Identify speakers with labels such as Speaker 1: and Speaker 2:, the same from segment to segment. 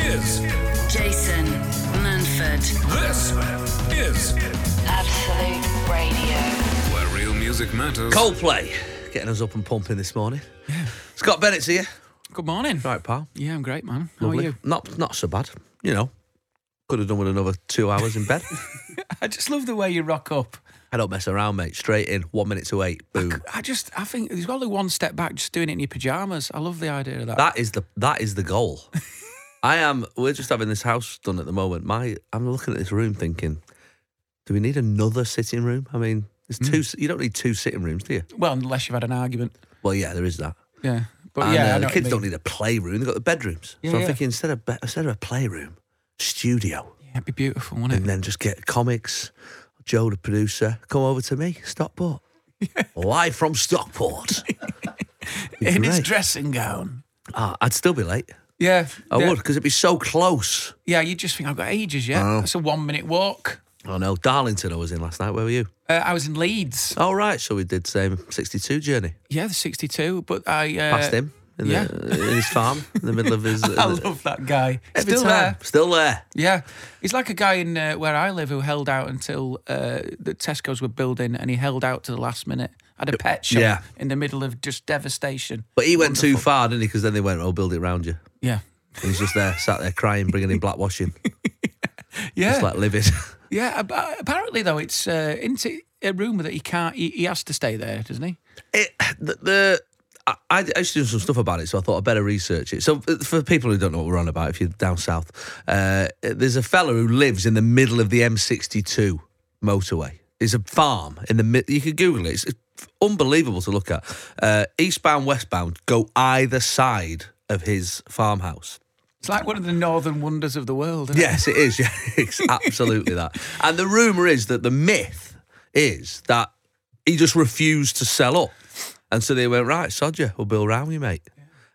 Speaker 1: is
Speaker 2: Jason Manford,
Speaker 1: this is
Speaker 2: Absolute Radio.
Speaker 1: where real music matters.
Speaker 3: Coldplay getting us up and pumping this morning. Scott Bennett's here.
Speaker 4: Good morning.
Speaker 3: Right, pal.
Speaker 4: Yeah, I'm great, man. How
Speaker 3: Lovely.
Speaker 4: are you?
Speaker 3: Not not so bad. You know, could have done with another two hours in bed.
Speaker 4: I just love the way you rock up.
Speaker 3: I don't mess around, mate. Straight in. One minute to eight. Boom.
Speaker 4: I just, I think there's only one step back, just doing it in your pajamas. I love the idea of that.
Speaker 3: That is the that is the goal. I am. We're just having this house done at the moment. My, I'm looking at this room thinking, do we need another sitting room? I mean, there's two. s- You don't need two sitting rooms, do you?
Speaker 4: well, unless you've had an argument.
Speaker 3: Well, yeah, there is that.
Speaker 4: Yeah. But
Speaker 3: and,
Speaker 4: yeah, I
Speaker 3: uh,
Speaker 4: know
Speaker 3: the
Speaker 4: what
Speaker 3: kids
Speaker 4: you
Speaker 3: don't
Speaker 4: mean.
Speaker 3: need a playroom. They've got the bedrooms.
Speaker 4: Yeah,
Speaker 3: so I'm
Speaker 4: yeah.
Speaker 3: thinking instead of be- instead of a playroom, studio.
Speaker 4: Yeah, it'd be beautiful, wouldn't
Speaker 3: and
Speaker 4: it?
Speaker 3: then just get comics. Joe, the producer, come over to me, Stockport. Live from Stockport. Be
Speaker 4: In his
Speaker 3: great.
Speaker 4: dressing gown.
Speaker 3: Ah, I'd still be late.
Speaker 4: Yeah.
Speaker 3: I
Speaker 4: yeah.
Speaker 3: would, because it'd be so close.
Speaker 4: Yeah, you just think I've got ages, yeah?
Speaker 3: Oh.
Speaker 4: That's a one minute walk.
Speaker 3: Oh no, Darlington I was in last night. Where were you?
Speaker 4: Uh, I was in Leeds.
Speaker 3: Oh right, so we did same 62 journey.
Speaker 4: Yeah, the 62, but I. Uh,
Speaker 3: Past him in,
Speaker 4: yeah.
Speaker 3: the, in his farm, in the middle of his.
Speaker 4: I love that guy.
Speaker 3: every
Speaker 4: Still
Speaker 3: time.
Speaker 4: there.
Speaker 3: Still there.
Speaker 4: Yeah, he's like a guy in uh, where I live who held out until uh, the Tesco's were building, and he held out to the last minute. Had a pet shop
Speaker 3: Yeah.
Speaker 4: in the middle of just devastation.
Speaker 3: But he went too far, didn't he? Because then they went, "Oh, build it round you."
Speaker 4: Yeah,
Speaker 3: And he's just there, sat there crying, bringing in black washing,
Speaker 4: yeah,
Speaker 3: just like livid.
Speaker 4: yeah. ab- Apparently, though, it's uh, into a rumor that he can't. He, he has to stay there, doesn't he?
Speaker 3: it the, the I, I used to do some stuff about it, so I thought I'd better research it. So, f- for people who don't know what we're on about, if you're down south, uh, there's a fella who lives in the middle of the M62 motorway. It's a farm in the mid. You could Google it. It's, it's unbelievable to look at. Uh, eastbound, westbound go either side of his farmhouse.
Speaker 4: It's like one of the northern wonders of the world. Isn't
Speaker 3: Yes, it is. Yeah, it's absolutely that. And the rumor is that the myth is that he just refused to sell up, and so they went right, sod you, we'll build round you, mate.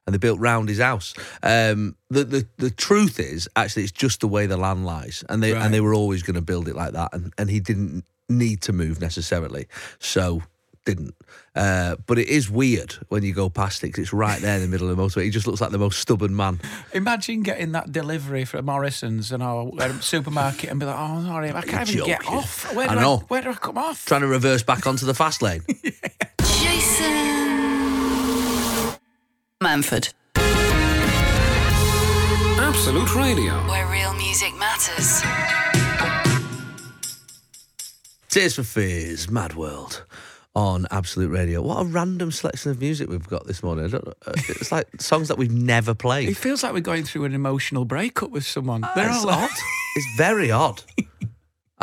Speaker 3: And they built round his house. Um, the, the the truth is actually it's just the way the land lies, and they
Speaker 4: Right.
Speaker 3: and they were always going to build it like that, and and he didn't need to move necessarily, so didn't. Uh, but it is weird when you go past it 'cause it's right there in the middle of the motorway. He just looks like the most stubborn man.
Speaker 4: it? Imagine getting that delivery from Morrison's and our um, supermarket and be like, "Oh, sorry, I can't even get
Speaker 3: joking.
Speaker 4: off. Where
Speaker 3: I
Speaker 4: do I,
Speaker 3: know.
Speaker 4: where do I come off?"
Speaker 3: Trying to reverse back onto the fast lane.
Speaker 2: Jason Manford,
Speaker 1: Absolute Radio.
Speaker 2: where real music matters.
Speaker 3: Tears for Fears, Mad World on Absolute Radio. What a random selection of music we've got this morning. I don't know. uh, It's like songs that we've never
Speaker 4: It
Speaker 3: played.
Speaker 4: feels like we're going through an emotional breakup with someone. They're
Speaker 3: Ah, It's
Speaker 4: all
Speaker 3: odd. It's very odd.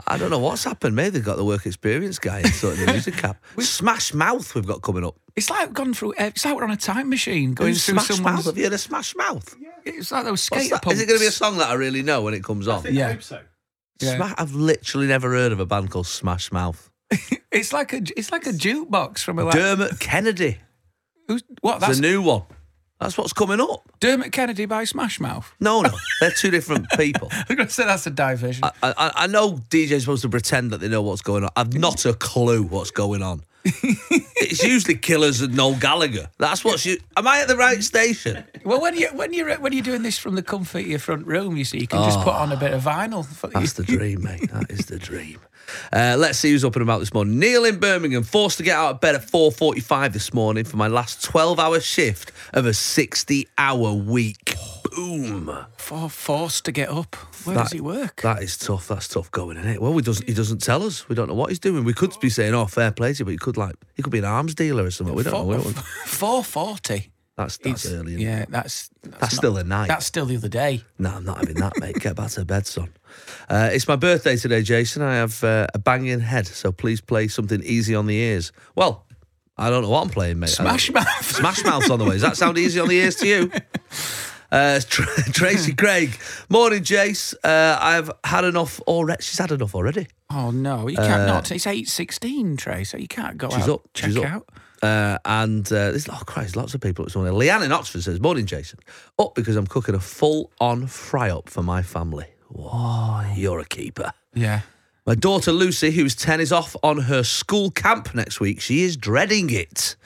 Speaker 3: I don't know what's happened. Maybe they've got the work experience guy in sort of the music cap. Smash Mouth we've got coming up.
Speaker 4: It's like we've gone through. eh, It's like we're on a time machine going
Speaker 3: Who's
Speaker 4: through
Speaker 3: Smash Mouth.
Speaker 4: someone's.
Speaker 3: Have you heard of Smash Mouth?
Speaker 4: It's like those
Speaker 3: What's
Speaker 4: skater
Speaker 3: that?
Speaker 4: punks.
Speaker 3: Is it going to be a song that I really know when it comes on?
Speaker 4: Yeah. hope so. Yeah.
Speaker 3: Sma- I've literally never heard of a band called Smash Mouth.
Speaker 4: It's like a. It's like a jukebox from a. Like,
Speaker 3: Dermot Kennedy.
Speaker 4: who's, what?
Speaker 3: That's
Speaker 4: That's
Speaker 3: a new one. That's what's coming up.
Speaker 4: Dermot Kennedy by Smash Mouth.
Speaker 3: No, no. They're two different people.
Speaker 4: I was going to say that's a diversion.
Speaker 3: I, I, I know DJ's supposed to pretend that they know what's going on. I've not a clue what's going on. it's usually Killers and Noel Gallagher. That's what's you. Am I at the right station?
Speaker 4: well, when you when you when you're doing this from the comfort of your front room, you see, you can just put on a bit of vinyl. For,
Speaker 3: Ah. That's the dream, mate. That is the dream. Uh, let's see who's up and about this morning. Neil in Birmingham, forced to get out of bed at 4.45 this morning for my last 12-hour shift of a 60-hour week. Boom.
Speaker 4: for forced to get up. Where does
Speaker 3: That-
Speaker 4: he work?
Speaker 3: That is tough. That's tough going, isn't it? Well, he doesn't. He doesn't tell us. We don't know what he's doing. We could be saying, "Oh, fair play to you," but he could like he could be an arms dealer or something. We don't know. We don't-
Speaker 4: Four forty.
Speaker 3: That's that's early. Yeah.
Speaker 4: Yeah, that's that's,
Speaker 3: That's
Speaker 4: not-
Speaker 3: still a night.
Speaker 4: That's still the other day.
Speaker 3: No, I'm not having that, mate. Get back to bed, son. Uh, it's my birthday today, Jason. I have uh, a banging head, so please play something easy on the ears. Well, I don't know what I'm playing, mate. I don't-
Speaker 4: Smash Mouth.
Speaker 3: Smash Mouth's on the way. Does that sound easy on the ears to you? Uh, it's Tr- Tracy Craig. Morning, Jace. Uh, I've had enough already. She's had enough already.
Speaker 4: Oh no, you can't not. It's eight sixteen, Trey. So you can't go
Speaker 3: Uh, She's
Speaker 4: out.
Speaker 3: up.
Speaker 4: Check
Speaker 3: She's up.
Speaker 4: out.
Speaker 3: Uh, and uh, there's oh Christ, lots of people. It's morning. Leanne in Oxford says, "Morning, Jason. Up because I'm cooking a full-on fry-up for my family. Whoa, you're a keeper."
Speaker 4: Yeah.
Speaker 3: My daughter Lucy, who's 10, is off on her school camp next week. She is dreading it.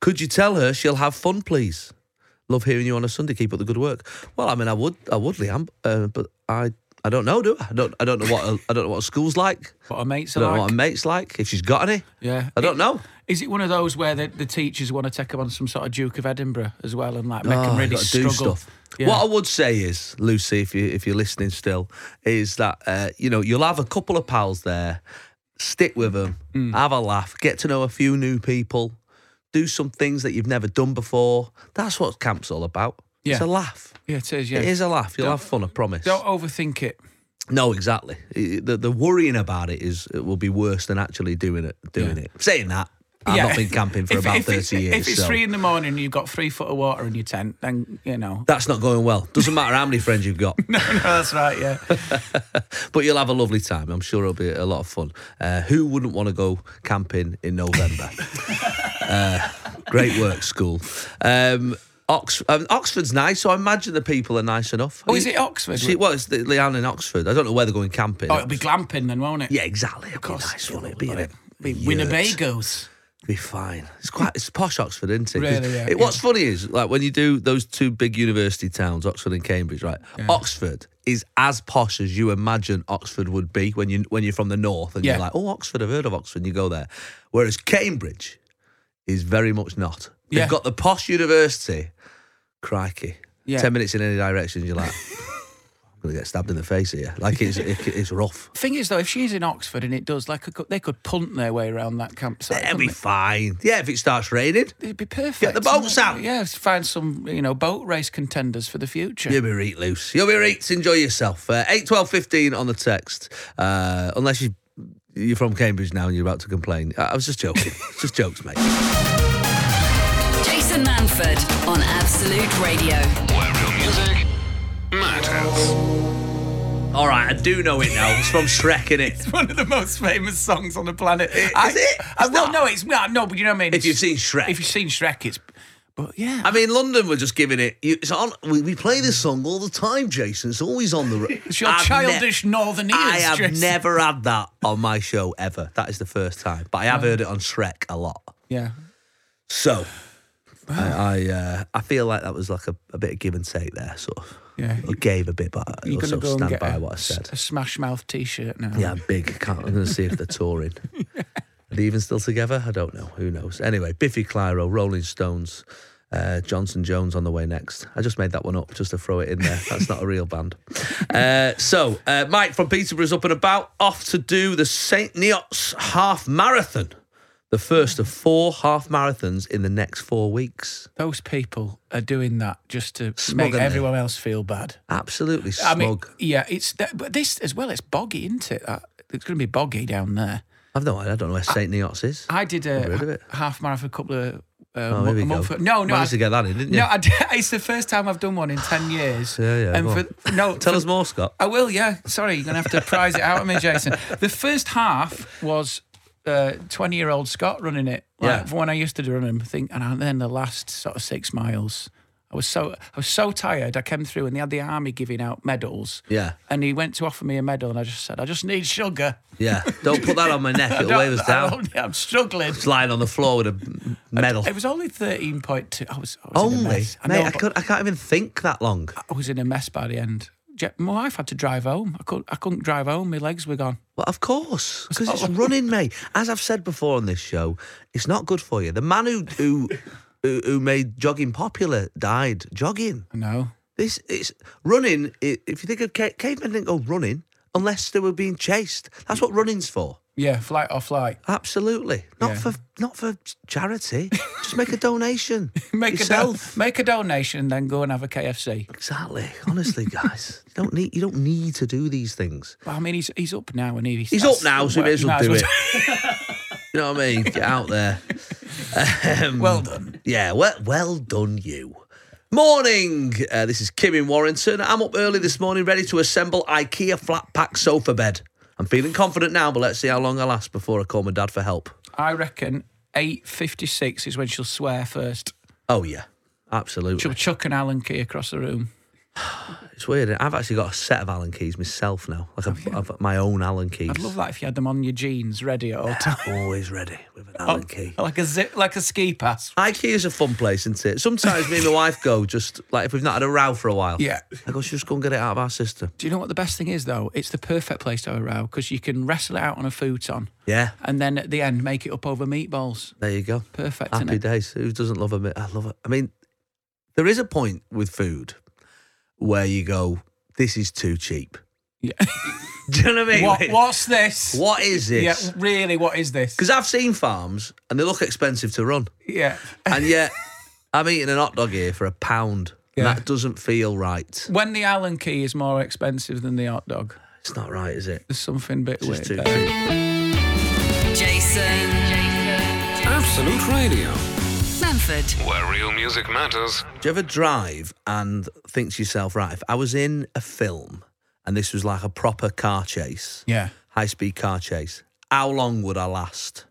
Speaker 3: Could you tell her she'll have fun, please? Love hearing you on a Sunday. Keep up the good work. Well, I mean, I would, I would, Liam, uh, but I, I don't know, do I? I don't, I don't know what, a, I don't know what a school's like.
Speaker 4: What our mates
Speaker 3: I
Speaker 4: are
Speaker 3: don't
Speaker 4: like.
Speaker 3: know what a mate's like. If she's got any,
Speaker 4: yeah.
Speaker 3: I don't
Speaker 4: It-
Speaker 3: know.
Speaker 4: Is it one of those where the, the teachers want to take them on some sort of Duke of Edinburgh as well and like make
Speaker 3: Oh,
Speaker 4: them
Speaker 3: you
Speaker 4: really
Speaker 3: gotta do
Speaker 4: struggle?
Speaker 3: stuff.
Speaker 4: Yeah.
Speaker 3: What I would say is, Lucy, if you if you're listening still, is that uh, you know you'll have a couple of pals there, stick with them,
Speaker 4: Mm.
Speaker 3: have a laugh, get to know a few new people, do some things that you've never done before. That's what camp's all about. It's
Speaker 4: Yeah.
Speaker 3: a laugh.
Speaker 4: yeah, it is. Yeah.
Speaker 3: It is a laugh. You'll have fun, I promise.
Speaker 4: Don't overthink it.
Speaker 3: No, exactly. I- The, the worrying about it is it will be worse than actually doing it. Doing
Speaker 4: Yeah.
Speaker 3: it. Saying that, I've
Speaker 4: Yeah.
Speaker 3: not been camping for
Speaker 4: If-
Speaker 3: about
Speaker 4: if
Speaker 3: thirty
Speaker 4: it's-
Speaker 3: years.
Speaker 4: If it's
Speaker 3: so.
Speaker 4: three in the morning and you've got three foot of water in your tent, then you know.
Speaker 3: that's not going well. Doesn't matter how many friends you've got.
Speaker 4: no, no, that's right. Yeah.
Speaker 3: But you'll have a lovely time. I'm sure it'll be a lot of fun. Uh, who wouldn't want to go camping in November? uh, great work, school. Um, Ox- um, Oxford's nice, so I imagine the people are nice enough.
Speaker 4: Oh, is it Oxford?
Speaker 3: See, well, it's the, Leanne in Oxford. I don't know where they're going camping.
Speaker 4: Oh, it'll be glamping then, won't it?
Speaker 3: yeah, exactly. It'll
Speaker 4: course
Speaker 3: be nice,
Speaker 4: it
Speaker 3: won't it?
Speaker 4: will,
Speaker 3: Be in
Speaker 4: won't
Speaker 3: it.
Speaker 4: Be Winnebagoes.
Speaker 3: Be fine. It's quite. It's posh Oxford, isn't it? 'Cause
Speaker 4: Really, yeah,
Speaker 3: it- What's funny is like when you do those two big university towns, Oxford and Cambridge, right? Oxford is as posh as you imagine Oxford would be when you when you're from the north and
Speaker 4: Yeah.
Speaker 3: you're like, oh, Oxford, I've heard of Oxford, and you go there. Whereas Cambridge is very much not. They've
Speaker 4: Yeah.
Speaker 3: got the posh university. Crikey.
Speaker 4: Yeah.
Speaker 3: Ten minutes in any direction, you're like, I'm gonna get stabbed in the face here. Like it's it, it's rough.
Speaker 4: Thing is, though, if she's in Oxford and it does, like, I could- they could punt their way around that campsite.
Speaker 3: It'll
Speaker 4: couldn't
Speaker 3: be
Speaker 4: they?
Speaker 3: fine. Yeah, if it starts raining.
Speaker 4: It'd be perfect.
Speaker 3: Get the boats
Speaker 4: wouldn't it?
Speaker 3: out.
Speaker 4: Yeah, find some, you know, boat race contenders for the future.
Speaker 3: You'll be reet loose. You'll be reet. Enjoy yourself. Uh, 8, 12, 15 on the text. Uh, unless you, you're from Cambridge now and you're about to complain. I, I was just joking. It's just jokes, mate.
Speaker 2: Jason Manford on Absolute Radio.
Speaker 1: Where real music matters.
Speaker 3: All right, I do know it now. It's from Shrek, in it.
Speaker 4: One of the most famous songs on the planet. Is
Speaker 3: it?
Speaker 4: I,
Speaker 3: It's
Speaker 4: well,
Speaker 3: not.
Speaker 4: no, it's not. No, but you know what I mean?
Speaker 3: If you've seen Shrek.
Speaker 4: If you've seen Shrek, it's. But yeah.
Speaker 3: I mean, London were just giving it. You, it's on. We, we play this song all the time, Jason. It's always on the. r-
Speaker 4: it's your
Speaker 3: I've ne-
Speaker 4: childish northern ears.
Speaker 3: I have
Speaker 4: Jason.
Speaker 3: never had that on my show ever. That is the first time, but I have heard it on Shrek a lot.
Speaker 4: Yeah.
Speaker 3: So, I I, uh, I feel like that was like a, a bit of give and take there, sort of.
Speaker 4: Yeah.
Speaker 3: I gave a bit, but I
Speaker 4: You're
Speaker 3: also
Speaker 4: going to go
Speaker 3: stand
Speaker 4: and get
Speaker 3: by
Speaker 4: a,
Speaker 3: what I said.
Speaker 4: a Smash Mouth t shirt now.
Speaker 3: Yeah, I'm big. Can't, I'm going to see if they're touring. Are they even still together? I don't know. Who knows? Anyway, Biffy Clyro, Rolling Stones, uh, Johnson Jones on the way next. I just made that one up just to throw it in there. That's not a real band. Uh, so, uh, Mike from Peterborough's up and about, off to do the St. Neots half marathon. The first of four half marathons in the next four weeks.
Speaker 4: Those people are doing that just to
Speaker 3: Smug,
Speaker 4: make
Speaker 3: aren't they?
Speaker 4: everyone else feel bad.
Speaker 3: Absolutely smug.
Speaker 4: I mean, yeah, it's that, but this as well. It's boggy, isn't it? That, it's going to be boggy down there.
Speaker 3: I've no idea. I don't know where St. Neots is.
Speaker 4: I did
Speaker 3: rid of
Speaker 4: a
Speaker 3: it. Oh,
Speaker 4: ha- half marathon a couple of uh,
Speaker 3: here
Speaker 4: mo-
Speaker 3: we
Speaker 4: a month
Speaker 3: go.
Speaker 4: ago. No, no,
Speaker 3: Managed to
Speaker 4: I,
Speaker 3: get that in, didn't you?
Speaker 4: no. I did- it's the first time I've done one in ten years.
Speaker 3: Yeah, yeah,
Speaker 4: And
Speaker 3: go
Speaker 4: for, no,
Speaker 3: Tell
Speaker 4: for-
Speaker 3: us more, Scott.
Speaker 4: I will. Yeah. Sorry, you're going to have to prize it out of me, Jason. The first half was. uh, Twenty-year-old Scott running it.
Speaker 3: Yeah.
Speaker 4: Like, When I used to run them, think, and I- then the last sort of six miles, I was so I was so tired. I came through, and they had the army giving out medals.
Speaker 3: Yeah.
Speaker 4: And he went to offer me a medal, and I just said, I just need sugar.
Speaker 3: Yeah, don't put that on my neck. It'll weigh us
Speaker 4: I
Speaker 3: down.
Speaker 4: don't- I'm struggling.
Speaker 3: It's lying on the floor with a medal.
Speaker 4: It was only 13.2. I was, I was in a
Speaker 3: Only,
Speaker 4: mess. I,
Speaker 3: mate.
Speaker 4: know,
Speaker 3: I,
Speaker 4: but
Speaker 3: could, I can't even think that long.
Speaker 4: I was in a mess by the end. Je- My wife had to drive home. I couldn't, I couldn't drive home. My legs were gone.
Speaker 3: Well, of course, because
Speaker 4: Oh.
Speaker 3: it's running, mate. As I've said before on this show, it's not good for you. The man who who who, who made jogging popular died jogging.
Speaker 4: I know.
Speaker 3: This it's running. i if you think of ca- cavemen, didn't go running unless they were being chased. That's what running's for.
Speaker 4: Yeah, flight or flight.
Speaker 3: Absolutely, not
Speaker 4: Yeah.
Speaker 3: for not for charity. Just make a donation.
Speaker 4: Make
Speaker 3: yourself.
Speaker 4: a do- make a donation and then go and have a KFC.
Speaker 3: Exactly. Honestly, guys, you don't need you don't need to do these things.
Speaker 4: But I mean, he's he's up now and he,
Speaker 3: He's
Speaker 4: that's-
Speaker 3: up now, so he may as well do
Speaker 4: might
Speaker 3: it. you know what I mean? Get out there. Um,
Speaker 4: Well done.
Speaker 3: Yeah. Well, well done, you. Morning. Uh, this is Kim in Warrington. I'm up early this morning, ready to assemble IKEA flat pack sofa bed. I'm feeling confident now, but let's see how long I last before I call my dad for help.
Speaker 4: I reckon 8.56 is when she'll swear first.
Speaker 3: Oh yeah, absolutely.
Speaker 4: She'll chuck an Allen key across the room.
Speaker 3: It's It's weird. I've actually got a set of Allen keys myself now. Like I've, I've my own Allen keys.
Speaker 4: Oh, I'd love that if you had them on your jeans, ready at all times.
Speaker 3: Always ready with an
Speaker 4: Oh.
Speaker 3: Allen key.
Speaker 4: Like a zip, like a ski pass.
Speaker 3: IKEA is a fun place, isn't it? Sometimes me and my wife go just like if we've not had a row for a while.
Speaker 4: Yeah.
Speaker 3: I go, "Shall we just go and get it out of our system.
Speaker 4: Do you know what the best thing is though? It's the perfect place to have a row because you can wrestle it out on a futon.
Speaker 3: Yeah.
Speaker 4: And then at the end, make it up over meatballs.
Speaker 3: There you go.
Speaker 4: Perfect, isn't
Speaker 3: Happy
Speaker 4: it?
Speaker 3: days. Who doesn't love a bit? I love it. I mean, there is a point with food where you go, this is too cheap.
Speaker 4: Yeah.
Speaker 3: Do you know what I mean?
Speaker 4: What, what's this?
Speaker 3: What is
Speaker 4: Yeah,
Speaker 3: this?
Speaker 4: really, what is this?
Speaker 3: Because I've seen farms and they look expensive to run.
Speaker 4: Yeah.
Speaker 3: And yet, I'm eating an hot dog here for a pound. and
Speaker 4: Yeah.
Speaker 3: That doesn't feel right.
Speaker 4: When the Allen key is more expensive than the hot dog,
Speaker 3: It's not right, is it?
Speaker 4: there's something a bit
Speaker 3: It's just too
Speaker 4: weird.
Speaker 3: cheap.
Speaker 4: there.
Speaker 2: Jason.
Speaker 1: Absolute Radio,
Speaker 2: Manford.
Speaker 1: where real music matters.
Speaker 3: Do you ever drive and think to yourself, right, if I was in a film and this was like a proper car chase,
Speaker 4: Yeah.
Speaker 3: high speed car chase, how long would I last?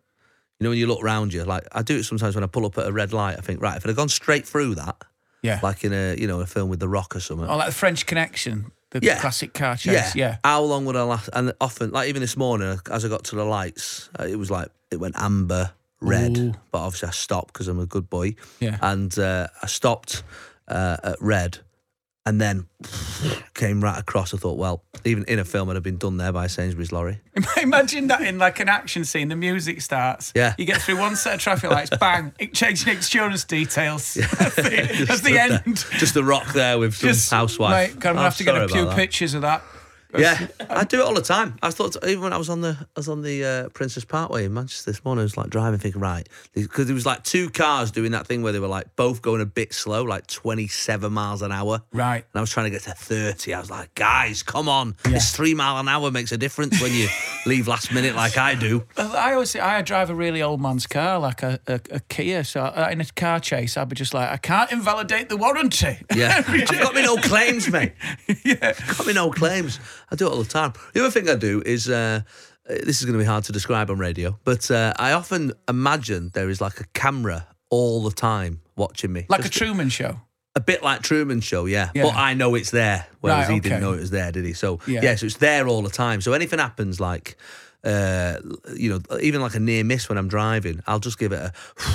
Speaker 3: You know, when you look round you, like I do it sometimes when I pull up at a red light, I think, right, if I'd have gone straight through that,
Speaker 4: Yeah.
Speaker 3: like in a you know, a film with The Rock or something.
Speaker 4: or like the French Connection, the
Speaker 3: Yeah.
Speaker 4: classic car chase. Yeah.
Speaker 3: How long would I last? And often, like even this morning, as I got to the lights, uh, it was like it went amber, red.
Speaker 4: Ooh.
Speaker 3: But obviously, I stopped because I'm a good boy.
Speaker 4: Yeah.
Speaker 3: And uh, I stopped uh, at red, and then came right across. I thought, well, even in a film, I'd have been done there by a Sainsbury's lorry.
Speaker 4: Imagine that in like an action scene, the music starts.
Speaker 3: Yeah.
Speaker 4: You get through one set of traffic lights, bang, it changing insurance details. That's the, that's the end.
Speaker 3: Just the rock there with some housewife.
Speaker 4: Mate, I'm gonna
Speaker 3: Oh,
Speaker 4: have to get
Speaker 3: sorry
Speaker 4: a few
Speaker 3: about that.
Speaker 4: pictures of that.
Speaker 3: Yeah, I do it all the time. I thought even when I was on the I was on the uh, Princess Parkway in Manchester this morning, I was like driving, thinking right because there was like two cars doing that thing where they were like both going a bit slow, like twenty seven miles an hour.
Speaker 4: Right.
Speaker 3: And I was trying to get to thirty. I was like, guys, come on! This three mile an hour makes a difference when you leave last minute like I do.
Speaker 4: I always say I drive a really old man's car, like a, a, a Kia. So uh, in a car chase, I'd be just like, I can't invalidate the warranty.
Speaker 3: Yeah, I've got me no claims, mate. got me no claims. I do it all the time. The other thing I do is uh, this is going to be hard to describe on radio, but uh, I often imagine there is like a camera all the time watching me,
Speaker 4: like a
Speaker 3: Just
Speaker 4: Truman show.
Speaker 3: a bit like Truman Show, yeah.
Speaker 4: Yeah.
Speaker 3: But I know it's there, whereas
Speaker 4: Right,
Speaker 3: he didn't
Speaker 4: okay.
Speaker 3: know it was there, did he? So
Speaker 4: Yeah.
Speaker 3: yeah, so it's there all the time. So anything happens, like uh, you know, even like a near miss when I'm driving, I'll just give it a.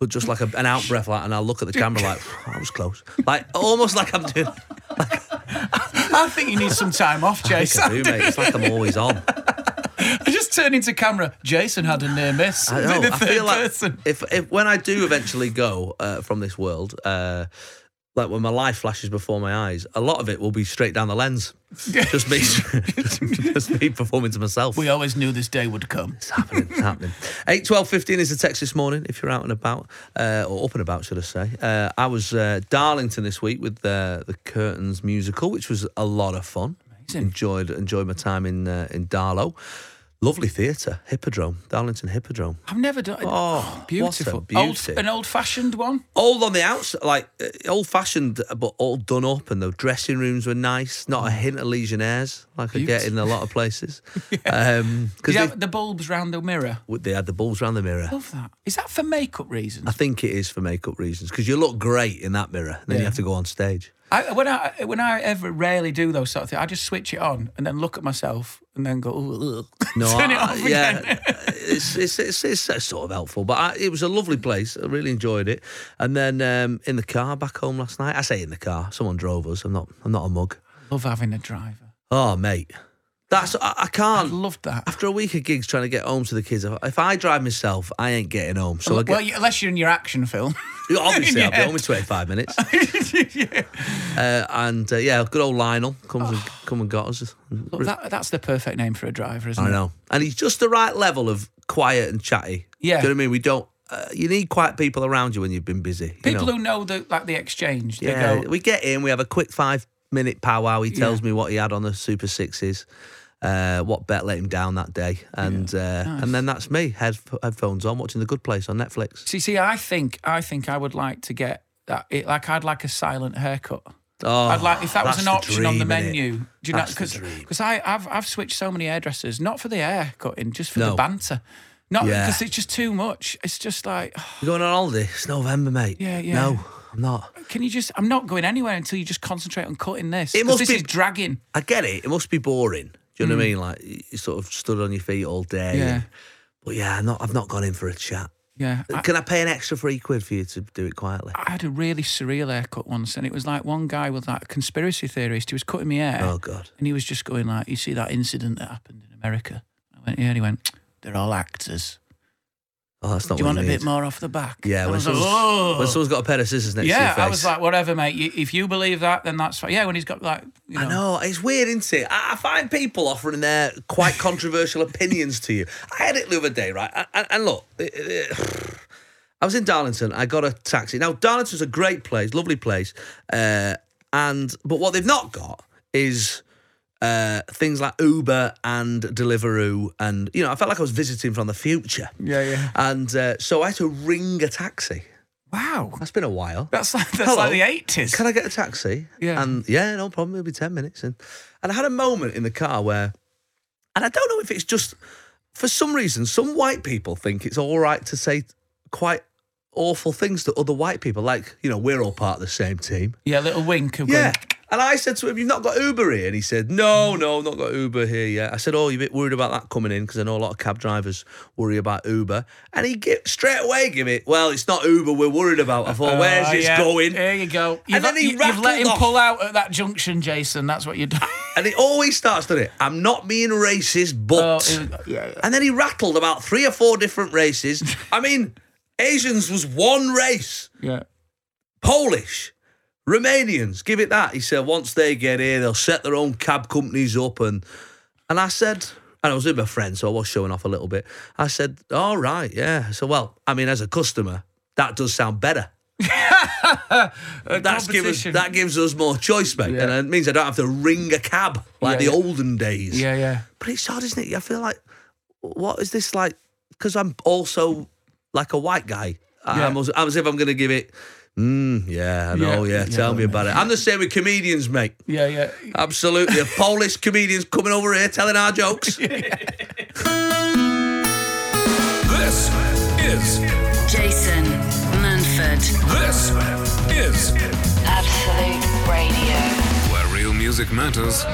Speaker 3: But just like a, an out breath, like, and I'll look at the camera like I was close, like almost like I'm doing.
Speaker 4: I think you need some time off, Jason.
Speaker 3: I do, mate. It's like I'm always on.
Speaker 4: I just turned into camera. Jason had a near miss.
Speaker 3: I, know.
Speaker 4: The
Speaker 3: I
Speaker 4: third
Speaker 3: feel like
Speaker 4: person.
Speaker 3: if, if when I do eventually go uh, from this world, uh, like when my life flashes before my eyes, a lot of it will be straight down the lens. just me, just, just me performing to myself.
Speaker 4: We always knew this day would come.
Speaker 3: It's happening. It's happening. Eight twelve fifteen is the text this morning. If you're out and about, uh, or up and about, should I say? Uh, I was uh, Darlington this week with the the Curtains musical, which was a lot of fun.
Speaker 4: Amazing.
Speaker 3: Enjoyed enjoyed my time in uh, in Darlow. Lovely theatre, Hippodrome, Darlington Hippodrome.
Speaker 4: I've never done.
Speaker 3: Oh, what a
Speaker 4: beautiful.
Speaker 3: beauty.
Speaker 4: Old, an old-fashioned one.
Speaker 3: All on the outside, like old fashioned, but all done up, and the dressing rooms were nice. Not a hint of Legionnaires, like I get in a lot of places. Because
Speaker 4: Did you
Speaker 3: they,
Speaker 4: have the bulbs round the mirror.
Speaker 3: they had the balls round the mirror.
Speaker 4: Love that. Is that for makeup reasons?
Speaker 3: I think it is for makeup reasons because you look great in that mirror, and then
Speaker 4: Yeah.
Speaker 3: you have to go on stage.
Speaker 4: I, when I when I ever rarely do those sort of things, I just switch it on and then look at myself and then go, Ooh, ugh." turn it
Speaker 3: I-
Speaker 4: off
Speaker 3: yeah,
Speaker 4: again.
Speaker 3: it's, it's, it's, it's sort of helpful, but I, it was a lovely place. I really enjoyed it. And then um, in the car back home last night, I say in the car, someone drove us. I'm not, I'm not a mug.
Speaker 4: Love having a driver.
Speaker 3: Oh, mate, that's I, I can't.
Speaker 4: Loved that.
Speaker 3: After a week of gigs trying to get home to the kids, if I drive myself, I ain't getting home. So I
Speaker 4: well,
Speaker 3: get,
Speaker 4: you- unless you're in your action film.
Speaker 3: obviously I'll be
Speaker 4: yeah.
Speaker 3: home in 25 minutes.
Speaker 4: Yeah.
Speaker 3: Uh, and uh, yeah, good old Lionel comes and come and got us.
Speaker 4: Look, that, that's the perfect name for a driver, isn't
Speaker 3: I
Speaker 4: it?
Speaker 3: know. And he's just the right level of quiet and chatty.
Speaker 4: Yeah.
Speaker 3: Do you know what I mean? We don't. Uh, you need quiet people around you when you've been busy. you
Speaker 4: People
Speaker 3: know?
Speaker 4: who know the like the exchange, they
Speaker 3: Yeah.
Speaker 4: go,
Speaker 3: We get in. We have a quick five minute powwow. He tells me what he had on the Super Sixes. Uh, what bet let him down that day, and uh, and then that's me head, headphones on watching The Good Place on Netflix.
Speaker 4: See, see, I think I think I would like to get that. It, like, I'd like a silent haircut.
Speaker 3: Oh,
Speaker 4: I'd like if that was
Speaker 3: that's
Speaker 4: an
Speaker 3: the
Speaker 4: option on the
Speaker 3: dream, innit?
Speaker 4: menu. Do you
Speaker 3: That's the
Speaker 4: know?
Speaker 3: dream.
Speaker 4: Because I I've I've switched so many hairdressers, not for the hair cutting, just for the
Speaker 3: No.
Speaker 4: banter. Not
Speaker 3: Yeah.
Speaker 4: because it's just too much. It's just like "Oh,
Speaker 3: You're going on holiday. It's November, mate.
Speaker 4: Yeah, yeah.
Speaker 3: No, I'm not.
Speaker 4: Can you just? I'm not going anywhere until you just concentrate on cutting this.
Speaker 3: It
Speaker 4: 'cause
Speaker 3: must
Speaker 4: this
Speaker 3: be-
Speaker 4: is dragging.
Speaker 3: I get it. It must be boring. Do you know what I mean? Like you sort of stood on your feet all day.
Speaker 4: Mm. Yeah.
Speaker 3: But yeah, I'm not, I've not gone in for a chat.
Speaker 4: Yeah. I-
Speaker 3: Can I pay an extra three quid for you to do it quietly?
Speaker 4: I had a really surreal haircut once, and it was like one guy was like a conspiracy theorist. He was cutting me hair,
Speaker 3: Oh God.
Speaker 4: and he was just going like, "You see that incident that happened in America?" I went, "Yeah." And he went, "They're all actors.
Speaker 3: Oh, that's not.
Speaker 4: Do you
Speaker 3: what
Speaker 4: want a
Speaker 3: he
Speaker 4: bit
Speaker 3: needs.
Speaker 4: more off the back?"
Speaker 3: Yeah.
Speaker 4: And I
Speaker 3: When
Speaker 4: was like,
Speaker 3: someone's,
Speaker 4: "Oh."
Speaker 3: when someone's got a pair of scissors next to
Speaker 4: yeah,
Speaker 3: your face.
Speaker 4: I was like, "Whatever, mate. You, if you believe that, then that's fine." Yeah, when he's got like, you know,
Speaker 3: I know it's weird, isn't it? I, I find people offering their quite controversial opinions to you. I had it the other day, right? And, and look, it- it- I was in Darlington. I got a taxi. Now Darlington's a great place, lovely place, uh, and but what they've not got is uh, things like Uber and Deliveroo, and you know, I felt like I was visiting from the future.
Speaker 4: Yeah, yeah.
Speaker 3: And uh, so I had to ring a taxi.
Speaker 4: Wow,
Speaker 3: That's been a while.
Speaker 4: that's like that's
Speaker 3: Hello.
Speaker 4: like the eighties.
Speaker 3: Can I get a taxi?
Speaker 4: Yeah.
Speaker 3: And yeah, no problem. It'll be ten minutes. And and I had a moment in the car where, and I don't know if it's just for some reason some white people think it's all right to say quite awful things to other white people. Like you know we're all part of the same team.
Speaker 4: Yeah, a little wink. Of
Speaker 3: Yeah.
Speaker 4: going,
Speaker 3: And I said to him, "You've not got Uber here," and he said, "No, no, not got Uber here yet." I said, "Oh, you're a bit worried about that coming in because I know a lot of cab drivers worry about Uber." And he gi- straight away give it, "Well, it's not Uber we're worried about." I thought,
Speaker 4: "Oh,
Speaker 3: "Where's this
Speaker 4: yeah,
Speaker 3: going?"
Speaker 4: There you go. You've,
Speaker 3: then he
Speaker 4: you, have let
Speaker 3: rattled
Speaker 4: him
Speaker 3: off.
Speaker 4: pull out at that junction, Jason. That's what you do.
Speaker 3: And it always starts, doesn't it? I'm not being racist,
Speaker 4: Oh,
Speaker 3: but.
Speaker 4: it was- yeah,
Speaker 3: And then he rattled about three or four different races. I mean, Asians was one race,
Speaker 4: yeah.
Speaker 3: Polish, Romanians, give it that. He said, once they get here, they'll set their own cab companies up. And, and I said, and I was with my friend, so I was showing off a little bit. I said, all right, yeah. So, well, I mean, as a customer, that does sound better. That's give us,
Speaker 4: competition.
Speaker 3: that gives us more choice, mate.
Speaker 4: Yeah.
Speaker 3: And it means I don't have to ring a cab like
Speaker 4: Yeah,
Speaker 3: the
Speaker 4: yeah.
Speaker 3: olden days.
Speaker 4: Yeah, yeah.
Speaker 3: But it's hard, isn't it? I feel like, what is this like? Because I'm also like a white guy. I-
Speaker 4: Yeah.
Speaker 3: I'm, as, I'm as if I'm going to give it, mm, yeah, I know, yeah,
Speaker 4: Yeah,
Speaker 3: tell
Speaker 4: yeah,
Speaker 3: me about it. I'm the same with comedians, mate.
Speaker 4: Yeah, yeah.
Speaker 3: Absolutely. Polish comedians coming over here telling our jokes.
Speaker 1: This is
Speaker 2: Jason Manford.
Speaker 1: this is
Speaker 2: Absolute Radio.
Speaker 1: where real music matters.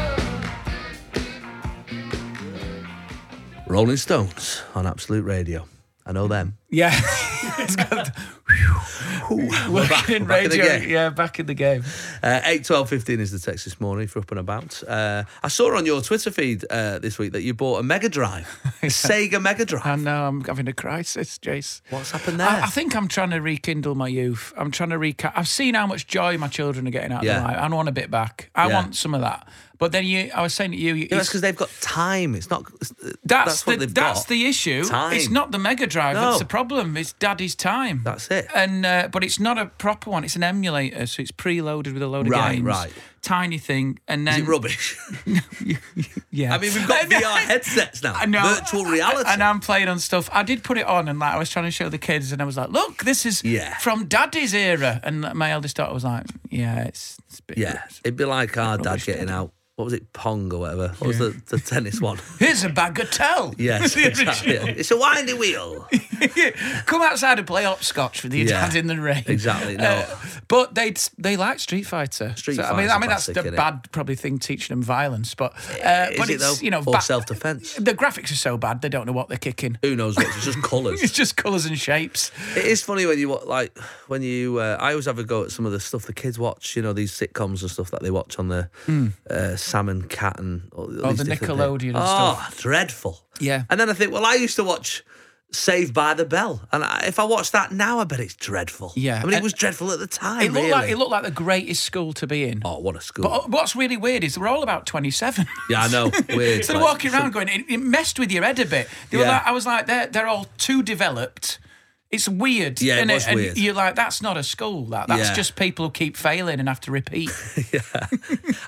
Speaker 3: Rolling Stones on Absolute Radio. I know them.
Speaker 4: Yeah. It's got the-
Speaker 3: We're back-
Speaker 4: working in
Speaker 3: we're back in the
Speaker 4: radio.
Speaker 3: game.
Speaker 4: yeah, back in the game.
Speaker 3: Uh, 8, 12, 15 is the text this morning if you're up and about. Uh, I saw on your Twitter feed uh, this week that you bought a Mega Drive, a Sega Mega Drive.
Speaker 4: I know I'm having a crisis, Jace.
Speaker 3: What's happened there?
Speaker 4: Uh, I, I think I'm trying to rekindle my youth. I'm trying to reca. I've seen how much joy my children are getting out
Speaker 3: Yeah.
Speaker 4: of life. I want a bit back. I
Speaker 3: Yeah.
Speaker 4: want some of that. But then you, I was saying to you, you
Speaker 3: Yeah, that's because they've got time. It's not. It's, that's,
Speaker 4: that's, the,
Speaker 3: what they've
Speaker 4: that's
Speaker 3: got.
Speaker 4: the issue.
Speaker 3: Time.
Speaker 4: It's not the Mega Drive
Speaker 3: No.
Speaker 4: that's the problem. It's Daddy's time.
Speaker 3: That's it.
Speaker 4: And uh, but it's not a proper one. It's an emulator, so it's preloaded with a load of
Speaker 3: Right,
Speaker 4: games.
Speaker 3: right.
Speaker 4: Tiny thing, and
Speaker 3: Is
Speaker 4: then
Speaker 3: it rubbish?
Speaker 4: yeah.
Speaker 3: I mean, we've got VR headsets now.
Speaker 4: I know.
Speaker 3: Virtual reality.
Speaker 4: And I'm playing on stuff. I did put it on and like I was trying to show the kids and I was like, look, this is
Speaker 3: Yeah.
Speaker 4: from daddy's era. And my eldest daughter was like, yeah, it's, it's a bit
Speaker 3: yeah, it'd be like our dad
Speaker 4: Rubbish,
Speaker 3: getting
Speaker 4: Dad.
Speaker 3: out. What was it, pong or whatever? What was the, the tennis one?
Speaker 4: Here's a bagatelle.
Speaker 3: Yes,
Speaker 4: The
Speaker 3: exactly.
Speaker 4: original.
Speaker 3: It's a windy wheel.
Speaker 4: Come outside and play hopscotch with your
Speaker 3: Yeah.
Speaker 4: dad in the rain. Uh,
Speaker 3: Exactly, no.
Speaker 4: but they they like Street Fighter.
Speaker 3: Street
Speaker 4: I mean,
Speaker 3: Fighter's a
Speaker 4: I mean that's
Speaker 3: classic,
Speaker 4: the
Speaker 3: innit?
Speaker 4: bad probably thing teaching them violence. But uh,
Speaker 3: Is
Speaker 4: but
Speaker 3: it
Speaker 4: it's
Speaker 3: though?
Speaker 4: you know
Speaker 3: or
Speaker 4: ba-
Speaker 3: self-defense?
Speaker 4: The graphics are so bad they don't know what they're kicking.
Speaker 3: Who knows what? It's just colours.
Speaker 4: It's just colours and shapes.
Speaker 3: It is funny when you wa- like when you. Uh, I always have a go at some of the stuff the kids watch. You know these sitcoms and stuff that they watch on the uh, Salmon Cat and all, all
Speaker 4: Hmm. Oh,
Speaker 3: these
Speaker 4: the
Speaker 3: different
Speaker 4: Nickelodeon
Speaker 3: things.
Speaker 4: and
Speaker 3: oh, dreadful.
Speaker 4: Yeah.
Speaker 3: And then I think, well, I used to watch Saved by the Bell, and I, if I watch that now, I bet it's dreadful.
Speaker 4: Yeah,
Speaker 3: I mean, it
Speaker 4: and-
Speaker 3: was dreadful at the time.
Speaker 4: It looked
Speaker 3: really.
Speaker 4: like it looked like the greatest school to be in.
Speaker 3: Oh, what a school!
Speaker 4: But what's really weird is they were all about 27.
Speaker 3: yeah, I know. Weird.
Speaker 4: so they're
Speaker 3: like,
Speaker 4: walking around going, it, it messed with your head a bit. They were
Speaker 3: Yeah.
Speaker 4: like, I was like, they're, they're all too developed. It's weird.
Speaker 3: Yeah, it
Speaker 4: innit?
Speaker 3: was
Speaker 4: and
Speaker 3: weird.
Speaker 4: You're like, that's not a school. That. That's
Speaker 3: Yeah.
Speaker 4: just people who keep failing and have to repeat.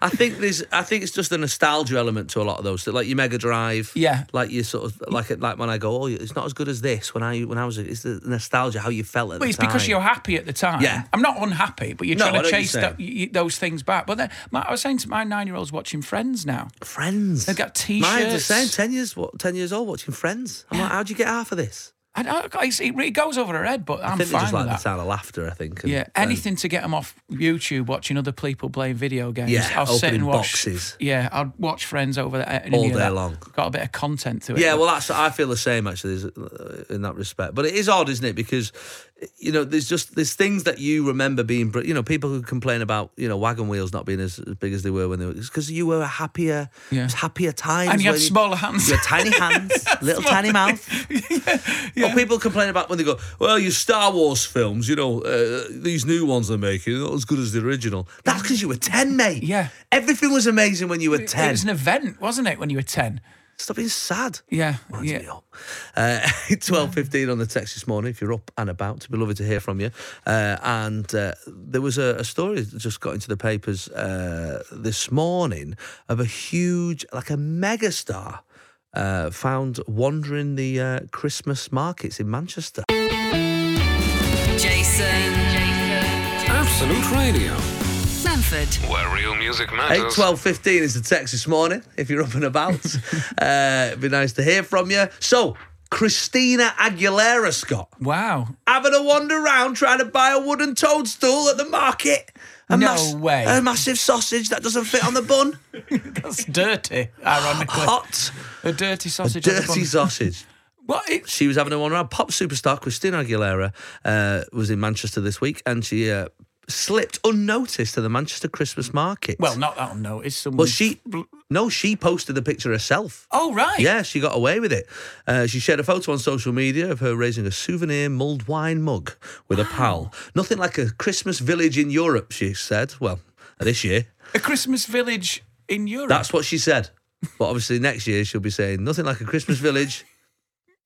Speaker 3: I think there's. I think it's just a nostalgia element to a lot of those. Like your Mega Drive.
Speaker 4: Yeah.
Speaker 3: Like you sort of like like when I go, oh, it's not as good as this when I when I was. It's the nostalgia how you felt at
Speaker 4: But
Speaker 3: the
Speaker 4: it's
Speaker 3: time.
Speaker 4: because you're happy at the time.
Speaker 3: Yeah.
Speaker 4: I'm not unhappy, but you're
Speaker 3: No, I know
Speaker 4: trying to
Speaker 3: what you're
Speaker 4: chase
Speaker 3: saying.
Speaker 4: tho- y- y- those things back. But then my, I was saying to my nine year olds watching Friends now.
Speaker 3: Friends.
Speaker 4: They've got
Speaker 3: Mine's the
Speaker 4: t-shirts.
Speaker 3: same. Ten years. What? Ten years old watching Friends. I'm like, how would you get half of this?
Speaker 4: I, don't- I, it's- it really goes over her head, but I'm
Speaker 3: I think they
Speaker 4: fine
Speaker 3: just
Speaker 4: with
Speaker 3: like the
Speaker 4: that.
Speaker 3: sound of laughter, I think. and-
Speaker 4: Yeah, anything to get them off YouTube watching other people playing video games.
Speaker 3: Yeah,
Speaker 4: I'll sit
Speaker 3: opening
Speaker 4: and watch.
Speaker 3: boxes.
Speaker 4: Yeah, I'll watch Friends over there. and
Speaker 3: All
Speaker 4: you know,
Speaker 3: day
Speaker 4: that-
Speaker 3: long.
Speaker 4: Got a bit of content to it.
Speaker 3: Yeah, well, that's I feel the same actually is- uh, in that respect. But it is odd, isn't it? Because you know, there's just there's things that you remember being, br- you know, people who complain about you know wagon wheels not being as, as big as they were when they were, it's because you were a happier,
Speaker 4: Yeah.
Speaker 3: it was happier times,
Speaker 4: And you had
Speaker 3: where
Speaker 4: smaller hands.
Speaker 3: you had tiny hands, little tiny mouth. Or people complain about when they go, well, your Star Wars films, you know, uh, these new ones they're making, they're not as good as the original. That's because you were ten, mate.
Speaker 4: Yeah.
Speaker 3: everything was amazing when you were
Speaker 4: It
Speaker 3: ten.
Speaker 4: was an event, wasn't it, when you were 10?
Speaker 3: Stop being sad.
Speaker 4: Yeah.
Speaker 3: Winds me
Speaker 4: yeah.
Speaker 3: up. Uh, Twelve fifteen on the text this morning. If you're up and about, it'd be lovely to hear from you. Uh, and uh, there was a, a story that just got into the papers uh, this morning of a huge, like a megastar, uh, found wandering the uh, Christmas markets in Manchester.
Speaker 2: Jason.
Speaker 1: Absolute Radio,
Speaker 2: Manford.
Speaker 1: where real music
Speaker 3: Eight
Speaker 1: matters.
Speaker 3: twelve fifteen is the text this morning. If you're up and about, uh, it'd be nice to hear from you. So, Christina Aguilera, Scott.
Speaker 4: Wow.
Speaker 3: having a wander round trying to buy a wooden toadstool at the market. A
Speaker 4: No way.
Speaker 3: A massive sausage that doesn't fit on the bun.
Speaker 4: That's dirty, ironically.
Speaker 3: Hot,
Speaker 4: A dirty sausage. on the
Speaker 3: dirty
Speaker 4: bun.
Speaker 3: sausage.
Speaker 4: What? It,
Speaker 3: She was having a wander round. Pop superstar Christina Aguilera uh, was in Manchester this week and she uh, slipped unnoticed to the Manchester Christmas market.
Speaker 4: well, not that unnoticed. Someone.
Speaker 3: well, she no, she posted the picture herself.
Speaker 4: Oh, right.
Speaker 3: Yeah, she got away with it. Uh, she shared a photo on social media of her raising a souvenir mulled wine mug with a pal. Nothing like a Christmas village in Europe, she said. Well, this year.
Speaker 4: A Christmas village in Europe.
Speaker 3: That's what she said. But obviously, next year she'll be saying nothing like a Christmas village.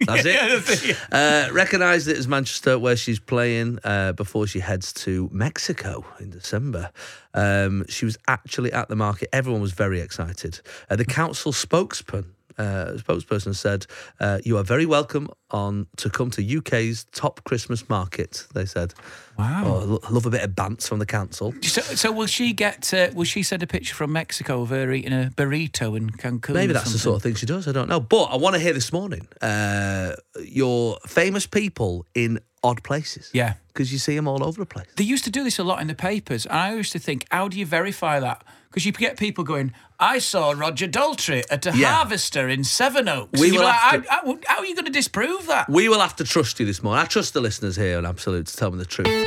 Speaker 3: That's it.
Speaker 4: Yeah, that's it, yeah.
Speaker 3: Uh, recognised it as Manchester, where she's playing uh, before she heads to Mexico in December. Um, she was actually at the market. Everyone was very excited. Uh, the council spokesman. Uh, spokesperson said, uh, "You are very welcome on to come to UK's top Christmas market." They said,
Speaker 4: Wow.
Speaker 3: oh, I lo- I love a bit of bants from the council."
Speaker 4: So, so will she get? Uh, will she send a picture from Mexico of her eating a burrito in Cancun?
Speaker 3: Maybe
Speaker 4: or
Speaker 3: that's the
Speaker 4: something?
Speaker 3: sort of thing she does. I don't know. But I want to hear this morning uh, your famous people in odd places.
Speaker 4: Yeah.
Speaker 3: Because you see them all over the place.
Speaker 4: They used to do this a lot in the papers, and I used to think, how do you verify that? Because you get people going, "I saw Roger Daltrey at a
Speaker 3: Yeah.
Speaker 4: harvester in Sevenoaks."
Speaker 3: We
Speaker 4: And you're
Speaker 3: will
Speaker 4: like,
Speaker 3: have to-
Speaker 4: "How- how- how are you going to disprove that?
Speaker 3: We will have to trust you this morning. I trust the listeners here on Absolute to tell me the truth.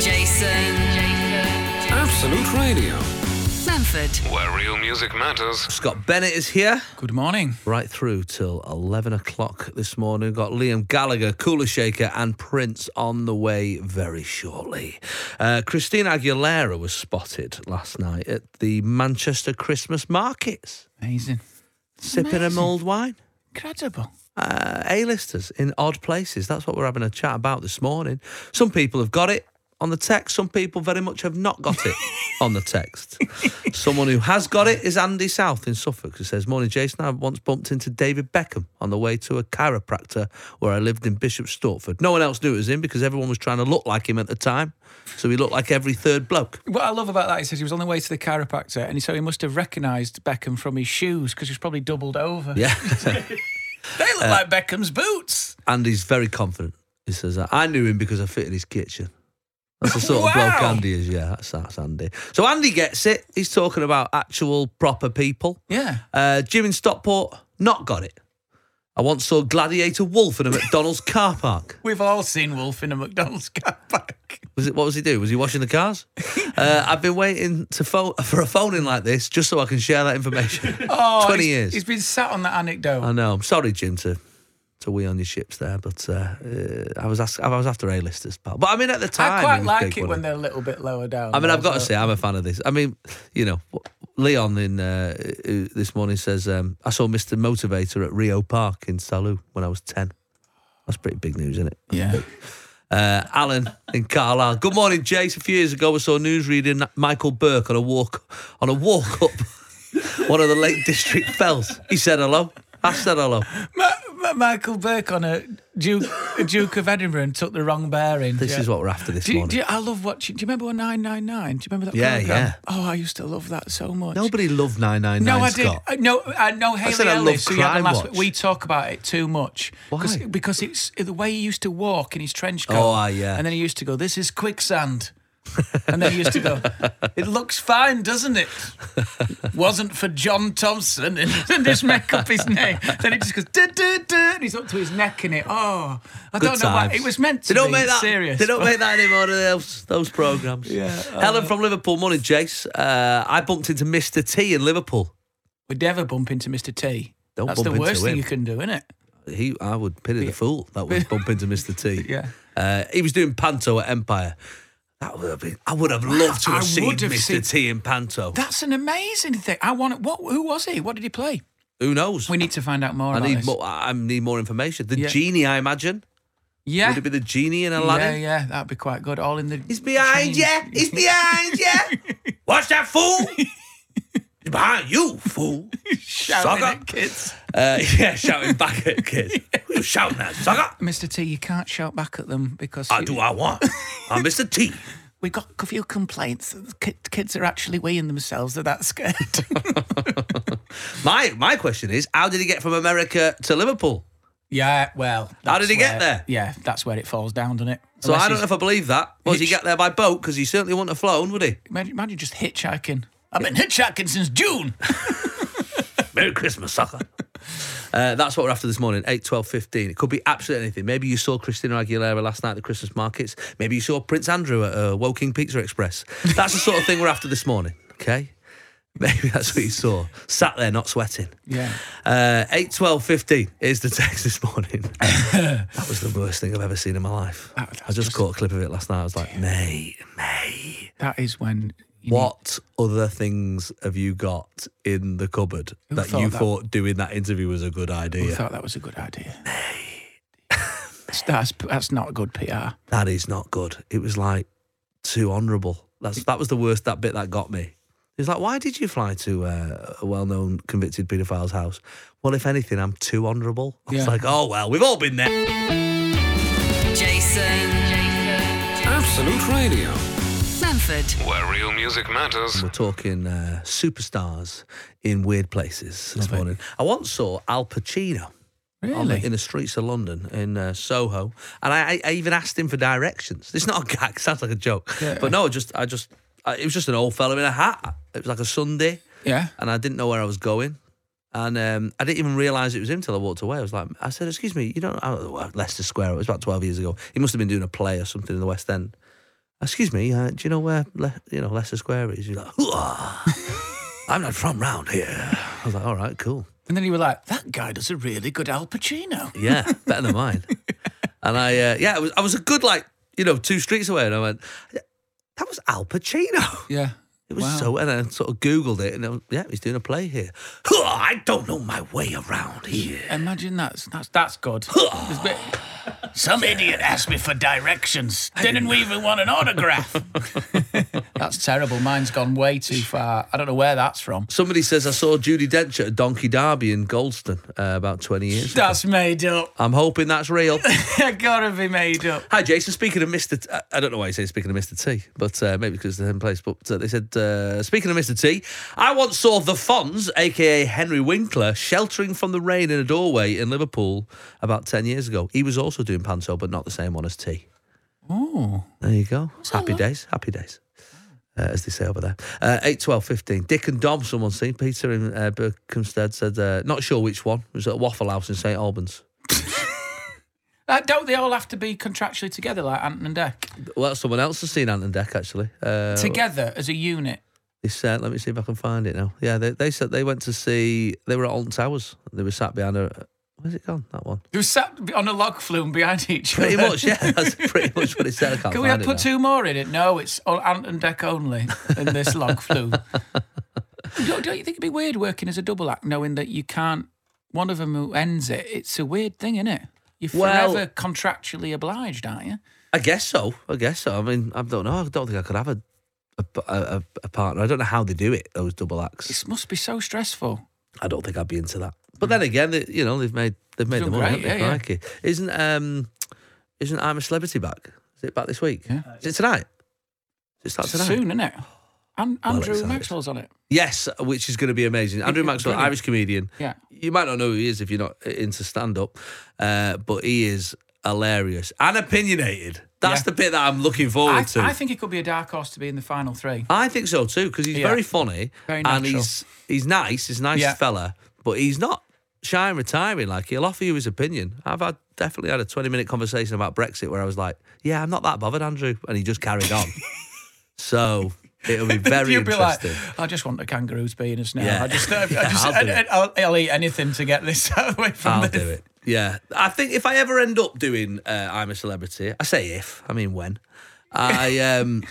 Speaker 2: Jason.
Speaker 1: Absolute Radio,
Speaker 2: Manford.
Speaker 1: where real music matters.
Speaker 3: Scott Bennett is here.
Speaker 4: Good morning.
Speaker 3: Right through till 11 o'clock this morning. We've got Liam Gallagher, Cooler Shaker, and Prince on the way very shortly. Uh, Christina Aguilera was spotted last night at the Manchester Christmas markets,
Speaker 4: Amazing.
Speaker 3: sipping a
Speaker 4: Amazing.
Speaker 3: mulled wine.
Speaker 4: Incredible.
Speaker 3: uh, A-listers in odd places. That's what we're having a chat about this morning. Some people have got it on the text. Some people very much have not got it on the text. Someone who has got it is Andy South in Suffolk, who says, "Morning, Jason. I once bumped into David Beckham on the way to a chiropractor where I lived in Bishop Stortford. No one else knew it was him because everyone was trying to look like him at the time, so he looked like every third bloke."
Speaker 4: What I love about that is he was on the way to the chiropractor, and so he must have recognised Beckham from his shoes because he was probably doubled over.
Speaker 3: Yeah. Uh,
Speaker 4: They look like Beckham's boots.
Speaker 3: Andy's very confident. He says, I knew him because I fit in his kitchen. That's the sort of
Speaker 4: Wow.
Speaker 3: bloke Andy is. Yeah, that's, that's Andy. So Andy gets it. He's talking about actual proper people.
Speaker 4: Yeah.
Speaker 3: Uh, Jim in Stockport, not got it. I once saw Gladiator Wolf in a McDonald's car park.
Speaker 4: We've all seen Wolf in a McDonald's car park.
Speaker 3: Was it? What was he doing? Was he washing the cars? Uh, I've been waiting to phone, for a phone in like this just so I can share that information.
Speaker 4: Oh,
Speaker 3: 20
Speaker 4: he's-
Speaker 3: years.
Speaker 4: He's been sat on that anecdote.
Speaker 3: I know. I'm sorry, Jim, to to wee on your ships there, but uh, uh, I was ask, I was after A-listers, pal. But I mean, at the time,
Speaker 4: I
Speaker 3: it
Speaker 4: quite
Speaker 3: was
Speaker 4: like
Speaker 3: big,
Speaker 4: it
Speaker 3: wasn't
Speaker 4: when uh, they're a little bit lower down.
Speaker 3: I mean, I've got to
Speaker 4: though.
Speaker 3: say, I'm a fan of this. I mean, you know, Leon in uh, who this morning says um, I saw Mr. Motivator at Rio Park in Salou when I was ten. That's pretty big news, isn't it?
Speaker 4: Yeah.
Speaker 3: Uh, Alan in Carlisle. Good morning, Jace. A few years ago, I saw news reading Michael Burke on a walk on a walk up one of the Lake District fells. He said hello. I said hello.
Speaker 4: Ma- M- Michael Burke on a Duke, a Duke of Edinburgh and took the wrong bearing.
Speaker 3: This
Speaker 4: Yeah.
Speaker 3: is what we're after this
Speaker 4: Do you,
Speaker 3: morning.
Speaker 4: do you, I love watching. Do you remember 999? Do you remember that?
Speaker 3: Yeah,
Speaker 4: program?
Speaker 3: yeah.
Speaker 4: Oh, I used to love that so much.
Speaker 3: Nobody loved 999
Speaker 4: No, I
Speaker 3: Scott.
Speaker 4: did. I- No, I know Haley
Speaker 3: said I love
Speaker 4: Ellis. who you had
Speaker 3: Crime
Speaker 4: on last
Speaker 3: Watch.
Speaker 4: week. We talk about it too much. 'Cause-
Speaker 3: Why?
Speaker 4: Because it's the way he used to walk in his trench coat.
Speaker 3: Oh, ah, yeah.
Speaker 4: And then he used to go, "This is quicksand." and then he used to go, "It looks fine, doesn't it?" Wasn't for John Thompson and and just make up his name. Then it just goes, duh, duh, duh, and he's up to his neck in it. Oh, I
Speaker 3: Good
Speaker 4: don't know why
Speaker 3: times.
Speaker 4: it was meant to
Speaker 3: They don't
Speaker 4: be
Speaker 3: make that.
Speaker 4: serious.
Speaker 3: They don't
Speaker 4: but-
Speaker 3: make that anymore. Those, those programs.
Speaker 4: Yeah, uh,
Speaker 3: Helen from Liverpool. Morning, Jace. Uh, I bumped into Mr. T in Liverpool.
Speaker 4: We'd never bump into Mr. T.
Speaker 3: Don't
Speaker 4: That's
Speaker 3: bump
Speaker 4: the
Speaker 3: into
Speaker 4: worst
Speaker 3: him.
Speaker 4: thing you can do, isn't it?
Speaker 3: He, I would pity the fool that would bump into Mr. T.
Speaker 4: Yeah.
Speaker 3: Uh, he was doing Panto at Empire. That would have been. I would have loved to
Speaker 4: I
Speaker 3: have seen
Speaker 4: would have
Speaker 3: Mr.
Speaker 4: seen-
Speaker 3: T in Panto.
Speaker 4: That's an amazing thing. I want what? Who was he? What did he play?
Speaker 3: Who knows?
Speaker 4: We need to find out more.
Speaker 3: I
Speaker 4: about
Speaker 3: need
Speaker 4: this.
Speaker 3: more. I need more information. The
Speaker 4: Yeah.
Speaker 3: genie, I imagine.
Speaker 4: Yeah,
Speaker 3: Would it be the genie in
Speaker 4: yeah,
Speaker 3: Aladdin?
Speaker 4: yeah. That'd be quite good. All in the.
Speaker 3: He's behind
Speaker 4: change.
Speaker 3: you. He's behind you. Watch that fool. He's behind you, fool.
Speaker 4: Shouting
Speaker 3: Sucker.
Speaker 4: at kids.
Speaker 3: Uh, yeah, shouting back at kids. Who you shouting at, sucker?
Speaker 4: Mr. T, you can't shout back at them because
Speaker 3: I
Speaker 4: you-
Speaker 3: do what I want. I'm Mr. T.
Speaker 4: we got a few complaints that the ki- kids are actually weighing themselves. They're that scared.
Speaker 3: My my question is, how did he get from America to Liverpool?
Speaker 4: yeah, well.
Speaker 3: How did
Speaker 4: that's
Speaker 3: he get
Speaker 4: where-
Speaker 3: there?
Speaker 4: Yeah, that's where it falls down, doesn't it?
Speaker 3: So
Speaker 4: Unless
Speaker 3: I don't
Speaker 4: he's-
Speaker 3: know if I believe that. Was he get there by boat? Because he certainly wouldn't have flown, would he?
Speaker 4: Imagine, imagine just hitchhiking. I've been hitchhiking since June.
Speaker 3: Merry Christmas, sucker. Uh, that's what we're after this morning, 8, 12, 15. It could be absolutely anything. Maybe you saw Christina Aguilera last night at the Christmas markets. Maybe you saw Prince Andrew at uh, Woking Pizza Express. That's the sort of thing we're after this morning, okay? Maybe that's what you saw. Sat there not sweating.
Speaker 4: Yeah.
Speaker 3: Uh, 8, 12, 15 is the text this morning. that was the worst thing I've ever seen in my life.
Speaker 4: That-
Speaker 3: I
Speaker 4: that's
Speaker 3: just
Speaker 4: just-
Speaker 3: caught a clip of it last night. I was like, mate, mate.
Speaker 4: That is when. you need-
Speaker 3: What other things have you got in the cupboard
Speaker 4: Who
Speaker 3: that
Speaker 4: thought
Speaker 3: you
Speaker 4: that?
Speaker 3: thought doing that interview was a good
Speaker 4: I
Speaker 3: idea?
Speaker 4: thought that was a good idea. That's- that's, that's not good PR.
Speaker 3: That is not good. It was like too honourable. That's that was the worst that bit that got me. It's like, why did you fly to uh, a well-known convicted paedophile's house? Well, if anything, I'm too honourable. I was
Speaker 4: Yeah.
Speaker 3: like, oh well, we've all been there.
Speaker 2: Jason.
Speaker 1: Absolute Radio,
Speaker 2: Manford.
Speaker 1: where real music matters.
Speaker 3: We're talking uh, superstars in weird places this morning. I once saw Al Pacino. on the-
Speaker 4: Really?
Speaker 3: in the streets of London, in uh, Soho, and I, I- I even asked him for directions. It's not a gag; sounds like a joke, but no, I just, I just, I, it was just an old fella in a hat. It was like a Sunday,
Speaker 4: Yeah.
Speaker 3: and I didn't know where I was going, and um, I didn't even realise it was him till I walked away. I was like, I said, "Excuse me, you don't know Leicester Square? It was about twelve years ago. He must have been doing a play or something in the West End." Excuse me, uh, do you know where Le- you know Leicester Square is? He's like, "Hoo-ah, I'm not from round here. I was like, all right, cool.
Speaker 4: And then you were like, that guy does a really good Al Pacino.
Speaker 3: Yeah, better than mine. and I, uh, yeah, I was, I was a good like, you know, two streets away, and I went, that was Al Pacino.
Speaker 4: Yeah.
Speaker 3: It was
Speaker 4: Wow.
Speaker 3: so, and I sort of googled it, and I was, yeah, he's doing a play here. "Huh, I don't know my way around here.
Speaker 4: Imagine that's that's that's good. There's a bit- Some idiot asked me for directions. Didn't we even want an autograph? that's terrible. Mine's gone way too far. I don't know where that's from.
Speaker 3: Somebody says I saw Judy Dench at a Donkey Derby in Goldston uh, about 20 years. ago.
Speaker 4: That's made up.
Speaker 3: I'm hoping that's real.
Speaker 4: gotta be made up.
Speaker 3: Hi, Jason. Speaking of Mr. T, I- I don't know why you say speaking of Mr. T, but uh, maybe because it's the same place. But uh, they said, uh, speaking of Mr. T, I once saw the Fonz, aka Henry Winkler, sheltering from the rain in a doorway in Liverpool about 10 years ago. He was also doing Panto, but not the same one as T.
Speaker 4: Oh,
Speaker 3: There you go. Happy days. Happy days. Uh, as they say over there. Uh, 8, 12, 15. Dick and Dom, someone seen. Peter in uh, Berkhamsted said, uh, not sure which one. It was at a Waffle House in St. Albans.
Speaker 4: Uh, don't they all have to be contractually together like Ant and Deck?
Speaker 3: Well, someone else has seen Ant and Deck, actually. Uh,
Speaker 4: Together as a unit.
Speaker 3: They said, uh, let me see if I can find it now. Yeah, they, they said they went to see, they were at Alton Towers. They were sat behind a, where's it gone, that one?
Speaker 4: They were sat on a log flume behind each other.
Speaker 3: Pretty much, yeah, that's pretty much what it said. I can't
Speaker 4: Can we
Speaker 3: find
Speaker 4: have
Speaker 3: it
Speaker 4: put
Speaker 3: now.
Speaker 4: two more in it? No, it's all Ant and Deck only in this log flume. don't, don't you think it'd be weird working as a double act, knowing that you can't, one of them who ends it? It's a weird thing, isn't it? You're
Speaker 3: Well-
Speaker 4: forever contractually obliged, aren't you?
Speaker 3: I guess so, I guess so. I mean, I don't know, I don't think I could have a, a, a, a partner. I don't know how they do it, those double acts.
Speaker 4: It must be so stressful.
Speaker 3: I don't think I'd be into that. But then again, they, you know, they've made They've made
Speaker 4: Hmm. Done
Speaker 3: them all, haven't
Speaker 4: great,
Speaker 3: they?
Speaker 4: yeah, yeah.
Speaker 3: Crikey. Isn't um, isn't I'm a Celebrity back? Is it back this week?
Speaker 4: Yeah.
Speaker 3: Is it tonight? Does it start tonight?
Speaker 4: Soon, isn't it? And Andrew
Speaker 3: excited.
Speaker 4: Maxwell's on it.
Speaker 3: Yes, which is going to be amazing. Andrew Maxwell,
Speaker 4: brilliant.
Speaker 3: Irish comedian.
Speaker 4: Yeah.
Speaker 3: You might not know who he is if you're not into stand up, uh, but he is hilarious and opinionated. That's
Speaker 4: Yeah.
Speaker 3: the bit that I'm looking forward
Speaker 4: I,
Speaker 3: to.
Speaker 4: I think it could be a dark horse to be in the final three.
Speaker 3: I think so too because he's
Speaker 4: Yeah.
Speaker 3: very funny
Speaker 4: Very
Speaker 3: and
Speaker 4: natural.
Speaker 3: he's he's nice. He's a nice
Speaker 4: Yeah.
Speaker 3: fella, but he's not shy and retiring. Like he'll offer you his opinion. I've had definitely had a twenty minute conversation about Brexit where I was like, "Yeah, I'm not that bothered, Andrew," and he just carried on. so it'll be very
Speaker 4: You'd be like,
Speaker 3: interesting.
Speaker 4: I just want the kangaroo's penis now.
Speaker 3: Yeah.
Speaker 4: I just, I,
Speaker 3: Yeah,
Speaker 4: just
Speaker 3: I'll
Speaker 4: I,
Speaker 3: do it.
Speaker 4: will I'll eat anything to get this out of the way from
Speaker 3: I'll
Speaker 4: this.
Speaker 3: do it. Yeah, I think if I ever end up doing uh, I'm a Celebrity, I say if, I mean when. I um,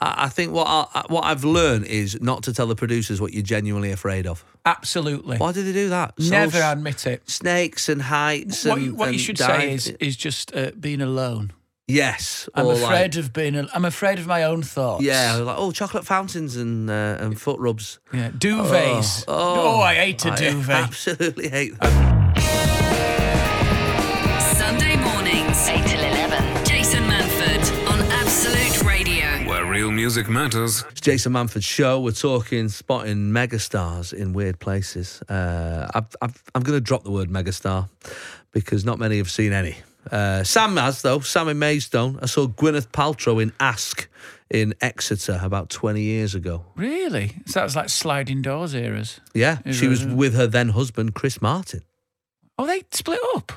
Speaker 3: I I think what I, what I've learned is not to tell the producers what you're genuinely afraid of.
Speaker 4: Absolutely.
Speaker 3: Why do they do that? So
Speaker 4: Never
Speaker 3: s-
Speaker 4: admit it.
Speaker 3: snakes and heights.
Speaker 4: What,
Speaker 3: and,
Speaker 4: you- what you
Speaker 3: and
Speaker 4: should
Speaker 3: dive-
Speaker 4: say is is just uh, being alone.
Speaker 3: yes.
Speaker 4: I'm
Speaker 3: or Like,
Speaker 4: afraid of being. Al- I'm afraid of my own thoughts.
Speaker 3: yeah, like oh, chocolate fountains and uh, and foot rubs.
Speaker 4: Yeah. Duvets.
Speaker 3: Oh, oh,
Speaker 4: I hate a
Speaker 3: I
Speaker 4: duvet.
Speaker 3: Absolutely hate them.
Speaker 2: Sunday mornings,
Speaker 5: 8 till 11.
Speaker 2: Jason Manford on Absolute Radio.
Speaker 1: Where real music matters.
Speaker 3: It's Jason Manford's show. We're talking spotting megastars in weird places. Uh, I've, I've, I'm going to drop the word megastar because not many have seen any. Uh, Sam has though. Sam in Maidstone. I saw Gwyneth Paltrow in Ask in Exeter about 20 years ago.
Speaker 4: Really? Sounds like sliding doors eras.
Speaker 3: Yeah,
Speaker 4: Is
Speaker 3: she
Speaker 4: it-
Speaker 3: was with her then husband Chris Martin.
Speaker 4: Oh, they split up.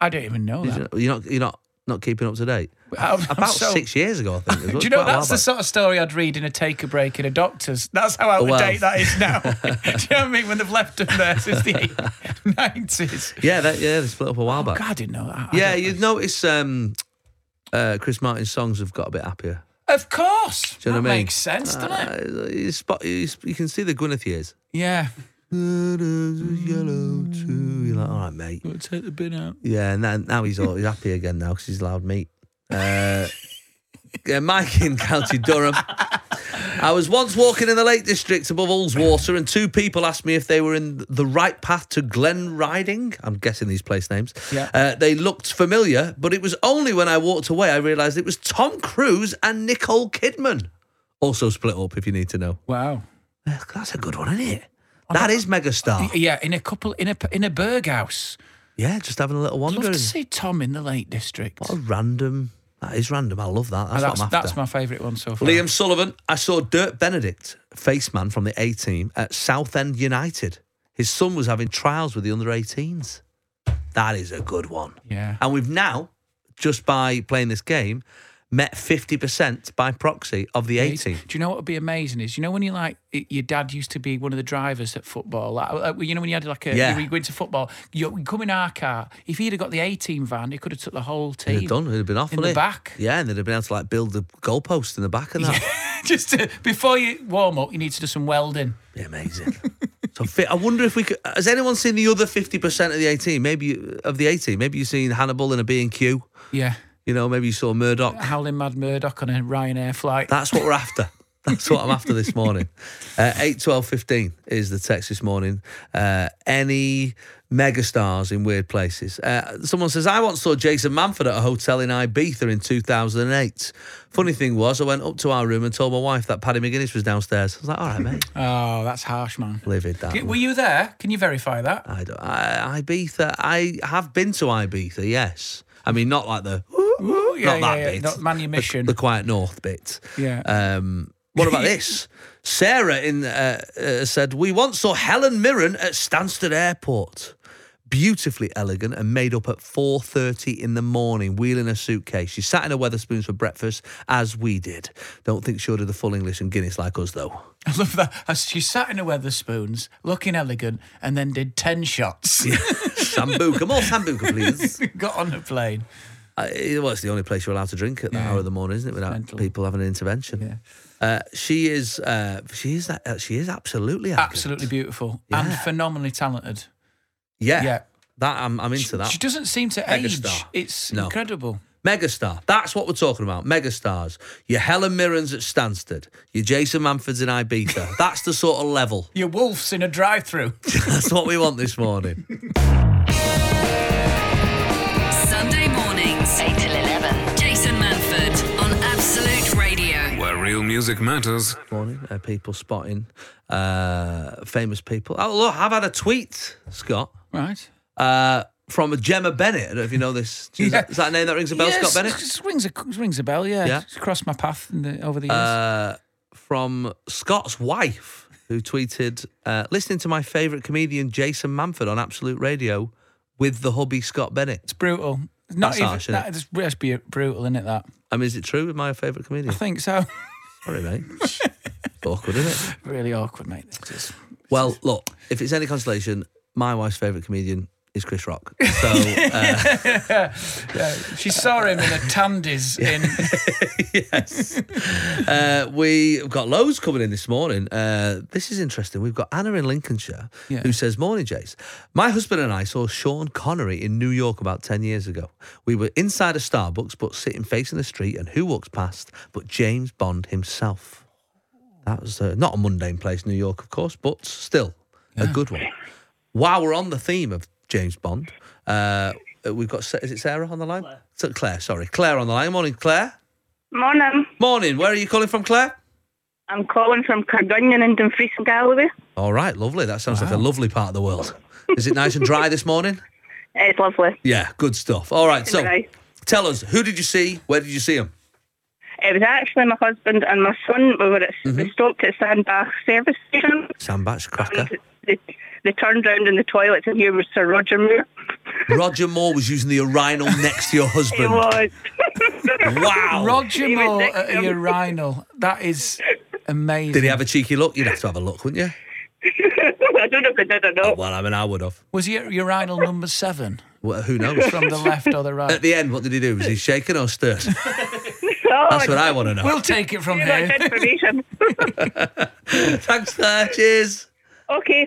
Speaker 4: I don't even know
Speaker 3: Did
Speaker 4: that.
Speaker 3: you you're not you're not not keeping up to date.
Speaker 4: I'm- I'm
Speaker 3: About
Speaker 4: so-
Speaker 3: six years ago, I think. it was
Speaker 4: Do you know
Speaker 3: quite a while
Speaker 4: that's the
Speaker 3: back.
Speaker 4: sort of story I'd read in a take a break in a doctor's? That's how out of
Speaker 3: Well.
Speaker 4: date that is now. Do you know what I mean? When they've left them there since the nineties.
Speaker 3: Yeah, that, yeah, they split up a while back.
Speaker 4: Oh, God, I didn't know that. I
Speaker 3: yeah,
Speaker 4: don't-
Speaker 3: you'd notice um, uh, Chris Martin's songs have got a bit happier.
Speaker 4: of course.
Speaker 3: Do you know
Speaker 4: that
Speaker 3: what I mean?
Speaker 4: makes sense, doesn't it?
Speaker 3: Uh, you, spot, you, sp- you can see the Gwyneth years.
Speaker 4: Yeah.
Speaker 3: Yellow too. You're like, all right, mate.
Speaker 4: take the bin out.
Speaker 3: Yeah, and then, now he's all, he's happy again now because he's allowed meat. Uh, yeah, Mike in County Durham. I was once walking in the Lake District above Ullswater, and two people asked me if they were in the right path to Glen Riding. I'm guessing these place names.
Speaker 4: Yeah.
Speaker 3: Uh, they looked familiar, but it was only when I walked away I realised it was Tom Cruise and Nicole Kidman. Also split up, if you need to know.
Speaker 4: Wow.
Speaker 3: Yeah, That's a good one, isn't it? That is megastar.
Speaker 4: Yeah, in a couple in a in a burghouse.
Speaker 3: Yeah, just having a little
Speaker 4: I'd
Speaker 3: wander.
Speaker 4: love to
Speaker 3: and-
Speaker 4: see Tom in the Lake District.
Speaker 3: What a random. That is random. I love that.
Speaker 4: Oh,
Speaker 3: That's,
Speaker 4: that's,
Speaker 3: what I'm after.
Speaker 4: that's my favourite one so far.
Speaker 3: Liam Sullivan. I saw Dirk Benedict, face man from the A team, at Southend United. His son was having trials with the under 18s. That is a good one.
Speaker 4: Yeah.
Speaker 3: And we've now, just by playing this game, met 50% by proxy of the A
Speaker 4: Do
Speaker 3: team.
Speaker 4: you know what would be amazing is you know when you like y- your dad used to be one of the drivers at football. Like, like, you know when you had like a
Speaker 3: Yeah.
Speaker 4: you, you go into football, you would come in our car. If he'd have got the A team van, he could have took the whole
Speaker 3: They'd
Speaker 4: team.
Speaker 3: have done. They'd have been off
Speaker 4: In
Speaker 3: wouldn't
Speaker 4: the
Speaker 3: it?
Speaker 4: back.
Speaker 3: Yeah, and they'd have been able to like build the goalpost in the back and that.
Speaker 4: Just to, before you warm up, you need to do some welding.
Speaker 3: Be amazing. so fit. I wonder if we could. Has anyone seen the other fifty percent of the eighteen? Maybe of the eighteen. Maybe you've seen Hannibal in a B and Q.
Speaker 4: Yeah,
Speaker 3: You know, maybe you saw Murdoch.
Speaker 4: howling mad Murdoch on a Ryanair flight.
Speaker 3: That's what we're after. That's what I'm after this morning. Uh, 8, 12, 15 is the text this morning. Uh, any megastars in weird places? Uh, someone says, I once saw Jason Manford at a hotel in Ibiza in 2008. Funny thing was, I went up to our room and told my wife that Paddy McGuinness was downstairs. I was like, all right, mate.
Speaker 4: oh, that's harsh, man.
Speaker 3: Livid that.
Speaker 4: G-
Speaker 3: one.
Speaker 4: Were you there? Can you verify that?
Speaker 3: I don't. I, Ibiza. I have been to Ibiza. Yes. I mean, not like the
Speaker 4: Ooh, yeah,
Speaker 3: not that
Speaker 4: yeah, yeah.
Speaker 3: bit,
Speaker 4: Not man your
Speaker 3: the-
Speaker 4: mission.
Speaker 3: the, quiet north bit.
Speaker 4: Yeah.
Speaker 3: Um, what about this? Sarah in uh, uh, said we once saw Helen Mirren at Stansted Airport. Beautifully elegant and made up at 4.30 in the morning, wheeling a suitcase. She sat in a Weatherspoons for breakfast, as we did. Don't think she'll do the full English and Guinness like us, though.
Speaker 4: I love that. As she sat in a Weatherspoons, looking elegant, and then did ten shots.
Speaker 3: Sambuca, more Sambuca, please.
Speaker 4: Got on a plane.
Speaker 3: Uh, it- well, it's the only place you're allowed to drink at that hour of the morning, isn't it? Without
Speaker 4: mental.
Speaker 3: people having an intervention. Uh, she is. Uh, she is. that- Uh, she is absolutely. elegant.
Speaker 4: Absolutely beautiful and
Speaker 3: Yeah.
Speaker 4: phenomenally talented.
Speaker 3: Yeah.
Speaker 4: yeah.
Speaker 3: That I'm. I'm into that.
Speaker 4: She doesn't seem to
Speaker 3: Ah. Megastar.
Speaker 4: age. It's
Speaker 3: No.
Speaker 4: incredible.
Speaker 3: Megastar. That's what we're talking about. Megastars. Your Helen Mirren's at Stansted. Your Jason Manfords in Ibiza. That's the sort of level.
Speaker 4: Your wolf's in a drive-through.
Speaker 3: That's what we want this morning.
Speaker 1: Music Matters.
Speaker 3: morning. Uh, people spotting uh, famous people. Oh, look, I've had a tweet, Scott,
Speaker 4: Right.
Speaker 3: uh, from Gemma Bennett. I don't know if you know this. Is, that, is that a name that rings a bell,
Speaker 4: Yes,
Speaker 3: Scott Bennett?
Speaker 4: s- Rings a, rings a bell, yeah.
Speaker 3: Yeah.
Speaker 4: It's crossed my path in the, over the years.
Speaker 3: Uh, from Scott's wife, who tweeted, uh, listening to my favourite comedian Jason Manford on Absolute Radio with the hubby Scott Bennett.
Speaker 4: it's brutal. Not
Speaker 3: that's
Speaker 4: even,
Speaker 3: harsh, isn't
Speaker 4: that, it's, it's be brutal, isn't it, that?
Speaker 3: I mean, is it true with my favourite comedian?
Speaker 4: I think so.
Speaker 3: Sorry, mate. Awkward, isn't it?
Speaker 4: really awkward, mate. This is.
Speaker 3: Well, look, if it's any consolation, my wife's favourite comedian is Chris Rock. So uh,
Speaker 4: She saw him in a Tandy's in.
Speaker 3: uh, we've got loads coming in this morning. Uh, this is interesting. We've got Anna in Lincolnshire
Speaker 4: Yeah.
Speaker 3: who says, Morning, Jace. My husband and I saw Sean Connery in New York about 10 years ago. We were inside a Starbucks, but sitting facing the street, and who walks past but James Bond himself? That was uh, not a mundane place, New York, of course, but still a good one. While we're on the theme of James Bond, uh, we've got, Sa- is it Sarah on the line? Claire. Claire, sorry. Claire on the line. Morning, Claire.
Speaker 5: Morning.
Speaker 3: Morning. Where are you calling from, Claire?
Speaker 5: I'm calling from Cargunion in Dumfries and Galloway.
Speaker 3: All right, lovely. That sounds like a lovely part of the world. Is it nice and dry this morning?
Speaker 5: It's lovely.
Speaker 3: Yeah, good stuff. All right, so
Speaker 5: Dry.
Speaker 3: tell us, who did you see? Where did you see him?
Speaker 5: It was actually my husband and my son. We were at,
Speaker 3: Mm-hmm.
Speaker 5: we stopped at Sandbach service station.
Speaker 3: Sandbach Cracker.
Speaker 5: And they, they turned round in the toilets and here was Sir Roger Moore.
Speaker 3: Roger Moore was using the urinal next to your
Speaker 5: He
Speaker 3: husband.
Speaker 5: was.
Speaker 3: Wow.
Speaker 4: Roger
Speaker 5: He was
Speaker 4: Moore
Speaker 5: next
Speaker 4: at
Speaker 5: to
Speaker 4: a
Speaker 5: him.
Speaker 4: urinal. That is amazing.
Speaker 3: did he have a cheeky look? You'd have to have a look, wouldn't you?
Speaker 5: I don't know if they did or not.
Speaker 3: Well, I mean, I would have.
Speaker 4: Was he at urinal number seven
Speaker 3: Well, who knows?
Speaker 4: from the left or the
Speaker 3: At
Speaker 4: right?
Speaker 3: the end, what did he do? Was he shaken or stirred?
Speaker 5: Oh,
Speaker 3: That's what I want to know.
Speaker 4: We'll take it from
Speaker 5: you got
Speaker 4: here.
Speaker 5: good information.
Speaker 3: Thanks, Claire. Cheers.
Speaker 5: okay,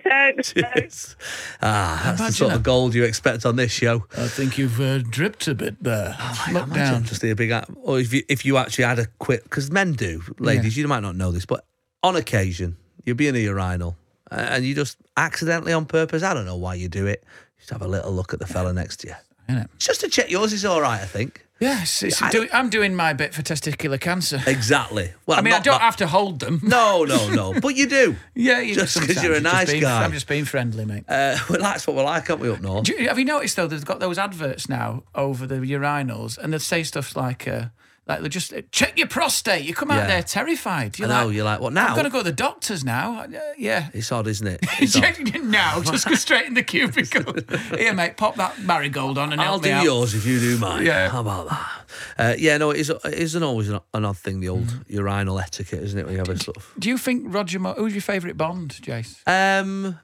Speaker 5: thanks.
Speaker 3: Cheers. Ah, that's the
Speaker 4: Imagine
Speaker 3: sort of
Speaker 4: that.
Speaker 3: gold you expect on this show.
Speaker 4: I think you've uh, dripped a bit there.
Speaker 5: Oh
Speaker 4: Look down.
Speaker 3: Just a big, app. or if you if you actually had a quick, because men do, ladies, you might not know this, but on occasion you'll be in a urinal uh, and you just accidentally on purpose. I don't know why you do it. Just have a little look at the fella next to you,
Speaker 4: Innit?
Speaker 3: just to check yours is all right. I think
Speaker 4: Yes, it's do- I'm doing my bit for testicular cancer.
Speaker 3: exactly. Well,
Speaker 4: I mean, I
Speaker 3: not
Speaker 4: don't
Speaker 3: that-
Speaker 4: have to hold them.
Speaker 3: No, no, no. but you do.
Speaker 4: Yeah, you
Speaker 3: Just 'cause
Speaker 4: sometimes
Speaker 3: you're a
Speaker 4: just
Speaker 3: nice
Speaker 4: being-
Speaker 3: guy.
Speaker 4: I'm just being friendly, mate.
Speaker 3: Uh, well, that's what we're like, aren't we up north?
Speaker 4: Do you, have you noticed though? They've got those adverts now over the urinals, and they say stuff like, uh, "Like they just check your prostate." You come out
Speaker 3: Yeah.
Speaker 4: there terrified. You're
Speaker 3: I know,
Speaker 4: like,
Speaker 3: you're like, what
Speaker 4: "I'm
Speaker 3: now?
Speaker 4: going to go to the doctors now." Uh, yeah.
Speaker 3: It's odd, isn't it? It's odd.
Speaker 4: Check it now, just go straight in the cubicle. Here, mate, pop that marigold on and
Speaker 3: I'll
Speaker 4: help
Speaker 3: do
Speaker 4: me out.
Speaker 3: yours if you do mine.
Speaker 4: Yeah.
Speaker 3: How about that? Uh, yeah, no, it is, it isn't always an, an odd thing, the old
Speaker 4: Mm.
Speaker 3: urinal etiquette, isn't it? We have a sort of.
Speaker 4: Do you think Roger Moore? Who's your favourite Bond, Jace?
Speaker 3: Um,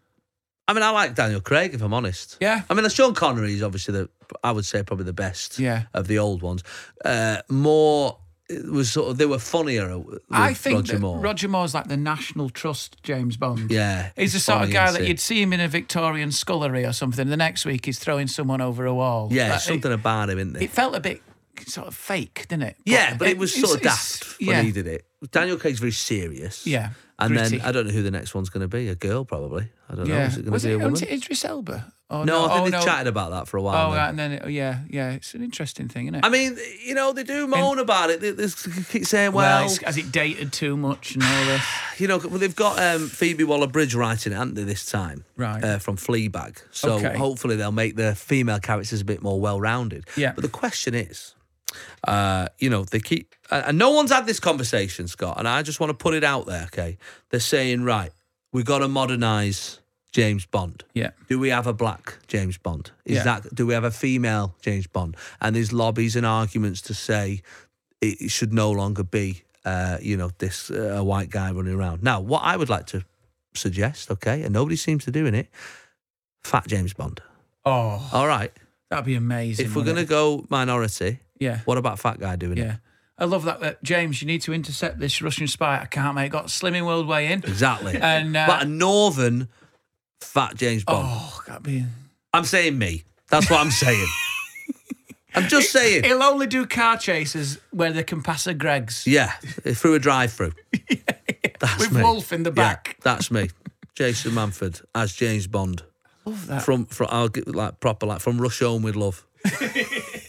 Speaker 3: I mean, I like Daniel Craig, if I'm honest.
Speaker 4: Yeah.
Speaker 3: I mean, Sean Connery is obviously the, I would say, probably the best
Speaker 4: Yeah.
Speaker 3: of the old ones. Uh, more, it was sort of, they were funnier with
Speaker 4: I think
Speaker 3: Roger
Speaker 4: that
Speaker 3: Moore.
Speaker 4: Roger Moore's like the National Trust James Bond.
Speaker 3: Yeah,
Speaker 4: He's the
Speaker 3: he's
Speaker 4: sort of
Speaker 3: funny,
Speaker 4: guy
Speaker 3: isn't
Speaker 4: that
Speaker 3: he?
Speaker 4: you'd see him in a Victorian scullery or something. The next week, he's throwing someone over a wall.
Speaker 3: yeah,
Speaker 4: Like,
Speaker 3: something about him, isn't there?
Speaker 4: It, it felt a bit sort of fake, didn't it?
Speaker 3: Yeah, but it, was
Speaker 4: it's-
Speaker 3: sort of
Speaker 4: it's-
Speaker 3: daft when
Speaker 4: yeah.
Speaker 3: he did it. Daniel Craig's very serious.
Speaker 4: Yeah,
Speaker 3: And
Speaker 4: gritty.
Speaker 3: then I don't know who the next one's going to be. A girl, probably. I don't know.
Speaker 4: Yeah.
Speaker 3: Is it going
Speaker 4: was
Speaker 3: to be
Speaker 4: it,
Speaker 3: a woman?
Speaker 4: was it Idris Elba? Oh,
Speaker 3: no, I think
Speaker 4: oh,
Speaker 3: they've chatted about that for a while.
Speaker 4: Oh,
Speaker 3: now.
Speaker 4: right, and then it, oh, yeah, yeah. It's an interesting thing, isn't it?
Speaker 3: I mean, you know, they do moan about it. They, they keep saying,
Speaker 4: well,
Speaker 3: well,
Speaker 4: it's- has it dated too much and all this?
Speaker 3: you know, well, they've got um, Phoebe Waller Bridge writing it, haven't they, this time?
Speaker 4: Right.
Speaker 3: Uh, from Fleabag. So
Speaker 4: Okay.
Speaker 3: hopefully they'll make the female characters a bit more well rounded.
Speaker 4: Yeah.
Speaker 3: But the question is, uh, you know, they keep, and and no one's had this conversation, Scott, and I just want to put it out there, okay? They're saying, right, we've got to modernise James Bond.
Speaker 4: Yeah.
Speaker 3: Do we have a black James Bond? Is
Speaker 4: Yeah.
Speaker 3: that do we have a female James Bond? And there's lobbies and arguments to say it it should no longer be, uh, you know, this uh, a white guy running around. Now, what I would like to suggest, okay, and nobody seems to doing it, fat James Bond.
Speaker 4: Oh,
Speaker 3: All right,
Speaker 4: that'd be amazing.
Speaker 3: if we're
Speaker 4: wouldn't
Speaker 3: gonna
Speaker 4: it?
Speaker 3: go minority,
Speaker 4: yeah,
Speaker 3: what about fat guy doing it?
Speaker 4: yeah. I love that, that. James, you need to intercept this Russian spy. I can't, mate. Got Slimming World way in.
Speaker 3: Exactly.
Speaker 4: And, uh,
Speaker 3: but a northern fat James Bond.
Speaker 4: Oh, that'd be.
Speaker 3: I'm saying me. That's what I'm saying. I'm just saying.
Speaker 4: He'll only do car chases where they can pass a Greg's.
Speaker 3: Yeah, through a drive-through. That's
Speaker 4: With
Speaker 3: me.
Speaker 4: Wolf in the
Speaker 3: Yeah,
Speaker 4: back.
Speaker 3: that's me, Jason Manford as James Bond.
Speaker 4: Love that.
Speaker 3: From from I'll get like proper like from Rush Home with Love.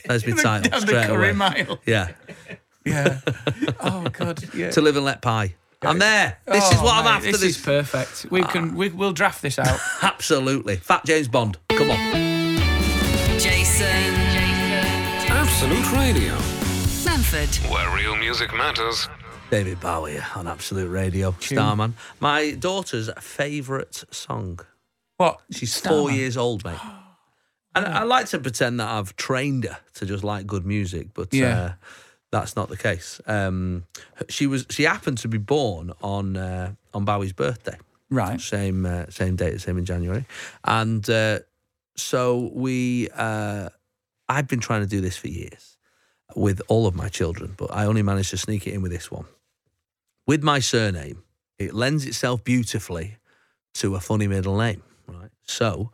Speaker 3: There's my title
Speaker 4: and the
Speaker 3: straight
Speaker 4: Curry
Speaker 3: away.
Speaker 4: Mile.
Speaker 3: Yeah,
Speaker 4: Yeah. oh God. Yeah.
Speaker 3: to live and let pie. I'm there. This Ah. is
Speaker 4: Oh,
Speaker 3: what I'm
Speaker 4: mate,
Speaker 3: after.
Speaker 4: This, is perfect. We can. We, we'll draft this out.
Speaker 3: Absolutely. Fat James Bond. Come on.
Speaker 2: Jason.
Speaker 1: Absolute Radio,
Speaker 2: Manford.
Speaker 1: where real music matters.
Speaker 3: David Bowie on Absolute Radio. Starman. My daughter's favourite song.
Speaker 4: What?
Speaker 3: She's four
Speaker 4: Starman.
Speaker 3: years old, mate. And I like to pretend that I've trained her to just like good music, but
Speaker 4: Yeah.
Speaker 3: uh, that's not the case. Um, she was she happened to be born on uh, on Bowie's birthday,
Speaker 4: Right.
Speaker 3: same uh, same date, same in January, and uh, so we. Uh, I've been trying to do this for years with all of my children, but I only managed to sneak it in with this one. With my surname, it lends itself beautifully to a funny middle name, right? So,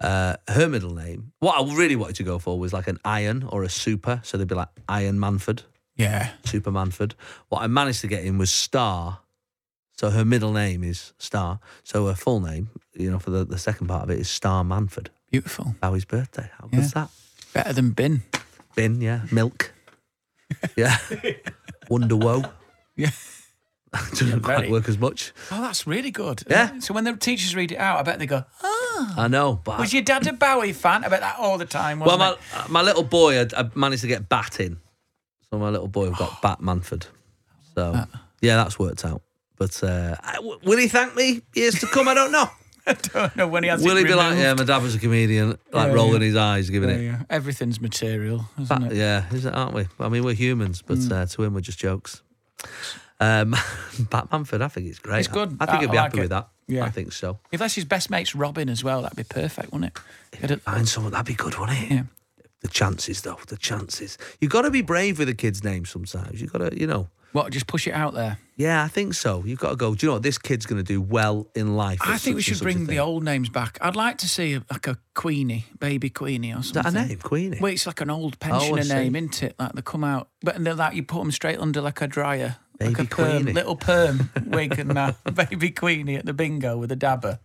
Speaker 3: uh, her middle name, what I really wanted to go for was like an Iron or a Super. So they'd be like Iron Manford,
Speaker 4: Yeah.
Speaker 3: Super Manford. What I managed to get in was Star. So her middle name is Star. So her full name, you know, for the, the second part of it is Star Manford.
Speaker 4: Beautiful.
Speaker 3: Bowie's birthday. How
Speaker 4: Yeah.
Speaker 3: good's that?
Speaker 4: Better than bin.
Speaker 3: Bin, yeah. Milk. Yeah. Wonder Woe.
Speaker 4: Yeah.
Speaker 3: Doesn't quite
Speaker 4: very.
Speaker 3: work as much.
Speaker 4: Oh, that's really good.
Speaker 3: Yeah. Ah.
Speaker 4: So when the teachers read it out, I bet they go, Oh.
Speaker 3: I know, but
Speaker 4: "Was your dad a Bowie fan?" I bet that all the time.
Speaker 3: well,
Speaker 4: Wasn't
Speaker 3: my, my little boy, I, I managed to get Bat in, so my little boy got Bat Manford. So yeah, that's worked out. But uh, I- w- will he thank me years to come? I don't know.
Speaker 4: it? I don't know when he has.
Speaker 3: will
Speaker 4: it
Speaker 3: he be like,
Speaker 4: removed.
Speaker 3: yeah, my dad was a comedian, like
Speaker 4: Yeah,
Speaker 3: rolling
Speaker 4: yeah.
Speaker 3: his eyes, giving
Speaker 4: Yeah,
Speaker 3: it.
Speaker 4: yeah. Everything's material, isn't
Speaker 3: But,
Speaker 4: it?
Speaker 3: yeah, is it, aren't we? I mean, we're humans, but
Speaker 4: Mm.
Speaker 3: uh, to him, we're just jokes. Um, Bat Manford, I think it's great.
Speaker 4: It's good.
Speaker 3: I, think
Speaker 4: I-
Speaker 3: he'll
Speaker 4: I
Speaker 3: be
Speaker 4: like
Speaker 3: happy
Speaker 4: it.
Speaker 3: with that.
Speaker 4: Yeah.
Speaker 3: I think so.
Speaker 4: If that's his best mate's Robin as well, that'd be perfect, wouldn't it? Get a-
Speaker 3: Find someone that'd be good, wouldn't it?
Speaker 4: Yeah.
Speaker 3: The chances, though, the chances. You got to be brave with a kid's name sometimes. You got to, you know.
Speaker 4: what? Just push it out there.
Speaker 3: Yeah, I think so. You've got to go. Do you know what this kid's going to do well in life?
Speaker 4: I
Speaker 3: at
Speaker 4: think we
Speaker 3: such and
Speaker 4: should
Speaker 3: such a
Speaker 4: bring the
Speaker 3: thing?
Speaker 4: old names back. I'd like to see a, like a Queenie, baby Queenie or
Speaker 3: Is
Speaker 4: something.
Speaker 3: that a name, Queenie?
Speaker 4: Well, it's like an old
Speaker 3: I
Speaker 4: pensioner
Speaker 3: see.
Speaker 4: name, isn't it? Like they come out, but they're like you put them straight under like a dryer, like a
Speaker 3: Baby
Speaker 4: perm,
Speaker 3: Queenie.
Speaker 4: little perm wig and that, baby Queenie at the bingo with a dabber.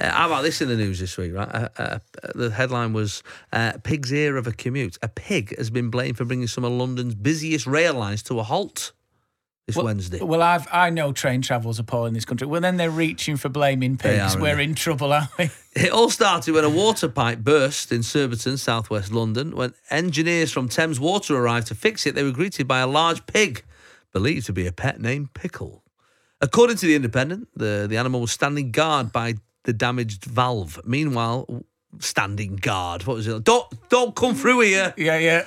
Speaker 3: Uh, how about this in the news this week? Right, uh, uh, the headline was uh, "Pig's Ear of a Commute." A pig has been blamed for bringing some of London's busiest rail lines to a halt this Wednesday.
Speaker 4: Well, I've I know train travel's appalling in this country. Well, then they're reaching for blaming
Speaker 3: They
Speaker 4: pigs.
Speaker 3: are,
Speaker 4: We're
Speaker 3: aren't
Speaker 4: in trouble, aren't we?
Speaker 3: It all started when a water pipe burst in Surbiton, southwest London. When engineers from Thames Water arrived to fix it, they were greeted by a large pig, believed to be a pet named Pickle. According to the Independent, the, the animal was standing guard by the damaged valve. Meanwhile, standing guard. What was it? Don't don't come through here.
Speaker 4: Yeah, yeah.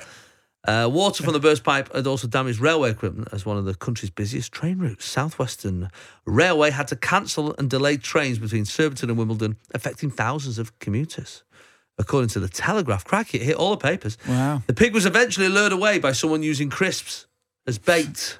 Speaker 3: Uh, water from the burst pipe had also damaged railway equipment as one of the country's busiest train routes. Southwestern Railway had to cancel and delay trains between Surbiton and Wimbledon, affecting thousands of commuters. According to the Telegraph, crack it hit all the papers.
Speaker 4: Wow.
Speaker 3: The pig was eventually lured away by someone using crisps as bait.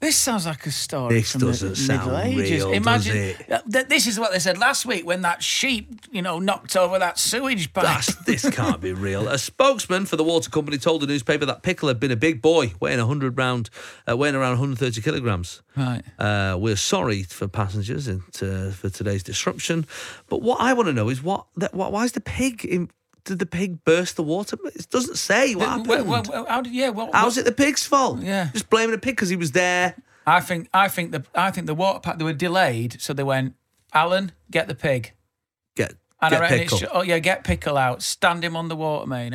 Speaker 4: This sounds like a story
Speaker 3: This
Speaker 4: from the
Speaker 3: doesn't
Speaker 4: Middle
Speaker 3: sound
Speaker 4: Ages.
Speaker 3: real, does
Speaker 4: Imagine
Speaker 3: it?
Speaker 4: th- th- this is what they said last week when that sheep, you know, knocked over that sewage pipe.
Speaker 3: That's, this can't be real. A spokesman for the water company told the newspaper that Pickle had been a big boy, weighing 100 round, uh, weighing around 130 kilograms.
Speaker 4: right.
Speaker 3: Uh, we're sorry for passengers and uh, for today's disruption. But what I want to know is what, that, why why is the pig in? Did the pig burst the water? It doesn't say what happened.
Speaker 4: Well, well, well, how did, yeah, well,
Speaker 3: How's it the pig's fault?
Speaker 4: Yeah.
Speaker 3: just blaming the pig because he was there.
Speaker 4: I think I think the I think the water pack they were delayed, so they went. Alan, get the pig.
Speaker 3: Get
Speaker 4: And I
Speaker 3: get
Speaker 4: reckon
Speaker 3: pickle.
Speaker 4: it's oh yeah, get pickle out. Stand him on the water main.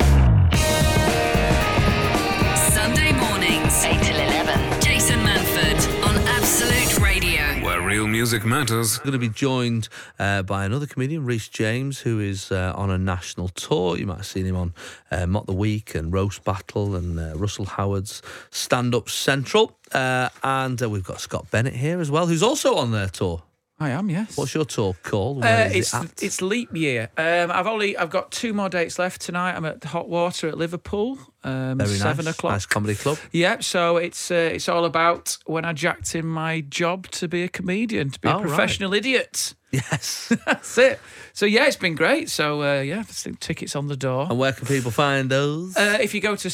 Speaker 2: Sunday mornings. 8 till 11. Jason Manford on Absolute Radio.
Speaker 1: Where real music matters.
Speaker 3: Going to be joined uh, by another comedian, Reese James, who is uh, on a national tour. You might have seen him on uh, Mock the Week and Roast Battle and uh, Russell Howard's Stand Up Central. Uh, and uh, we've got Scott Bennett here as well, who's also on their tour.
Speaker 4: I am yes.
Speaker 3: What's your tour called?
Speaker 4: Uh,
Speaker 3: Where is
Speaker 4: it's
Speaker 3: it at?
Speaker 4: it's leap year. Um, I've only I've got two more dates left tonight. I'm at the Hot Water at Liverpool. Um,
Speaker 3: Very
Speaker 4: seven
Speaker 3: nice.
Speaker 4: o'clock.
Speaker 3: Nice comedy club.
Speaker 4: Yeah, so it's uh, it's all about when I jacked in my job to be a comedian, to be
Speaker 3: Oh,
Speaker 4: a
Speaker 3: right.
Speaker 4: professional idiot.
Speaker 3: Yes.
Speaker 4: That's it. So yeah, it's been great. So uh, yeah, the tickets on the door.
Speaker 3: and where can people find those?
Speaker 4: Uh, if you go to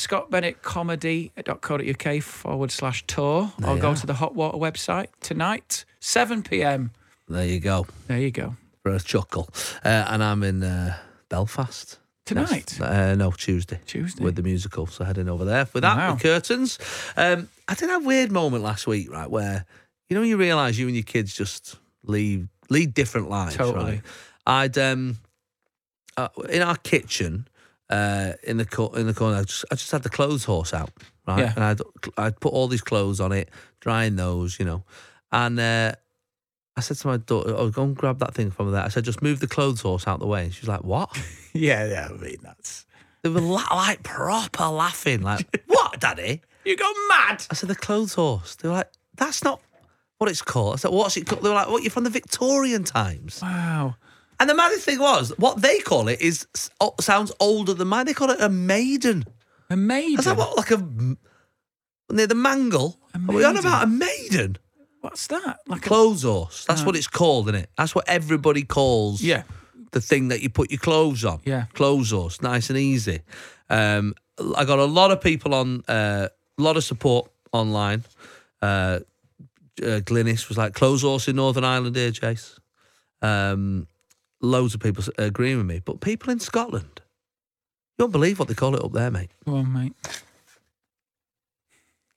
Speaker 4: scottbennettcomedy.co.uk forward slash tour, or go to the Hot Water website tonight, 7 p.m.
Speaker 3: there you go
Speaker 4: There you go.
Speaker 3: for a chuckle. Uh, and I'm in uh, Belfast
Speaker 4: Tonight?
Speaker 3: Uh, no, Tuesday.
Speaker 4: Tuesday.
Speaker 3: With the musical. So heading over there for that,
Speaker 4: Wow.
Speaker 3: with curtains. Um, I did have a weird moment last week, right, where, you know, you realise you and your kids just lead, lead different lives,
Speaker 4: Totally.
Speaker 3: right? I'd, um, uh, in our kitchen, uh, in the co- in the corner, I just, I just had the clothes horse out, right?
Speaker 4: Yeah.
Speaker 3: And I'd, I'd put all these clothes on it, drying those, you know. And uh, I said to my daughter, oh, go and grab that thing from there. I said, just move the clothes horse out the way. And she was like, what?
Speaker 4: Yeah, yeah, I mean, that's.
Speaker 3: They were la- like proper laughing, like, what, daddy?
Speaker 4: You go mad!
Speaker 3: I said, the clothes horse. They were like, that's not what it's called. I said, what's it called? They were like, what, you're from the Victorian times.
Speaker 4: Wow.
Speaker 3: And the maddest thing was, what they call it is s- o- sounds older than mine. They call it a maiden.
Speaker 4: A maiden.
Speaker 3: I said, what, like a, m- near the mangle? Are we on
Speaker 4: maiden.
Speaker 3: about a maiden? Uh-huh.
Speaker 4: What's that? Like a.
Speaker 3: Clothes horse. That's what it's called, isn't it? That's what everybody calls
Speaker 4: Yeah.
Speaker 3: the thing that you put your clothes on.
Speaker 4: Yeah.
Speaker 3: Clothes horse, nice and easy. Um, I got a lot of people on, uh, a lot of support online. Uh, uh, Glynis was like, clothes horse in Northern Ireland here, Chase. Um, loads of people s- agreeing with me. But people in Scotland, you don't believe what they call it up there, mate.
Speaker 4: Go on, mate.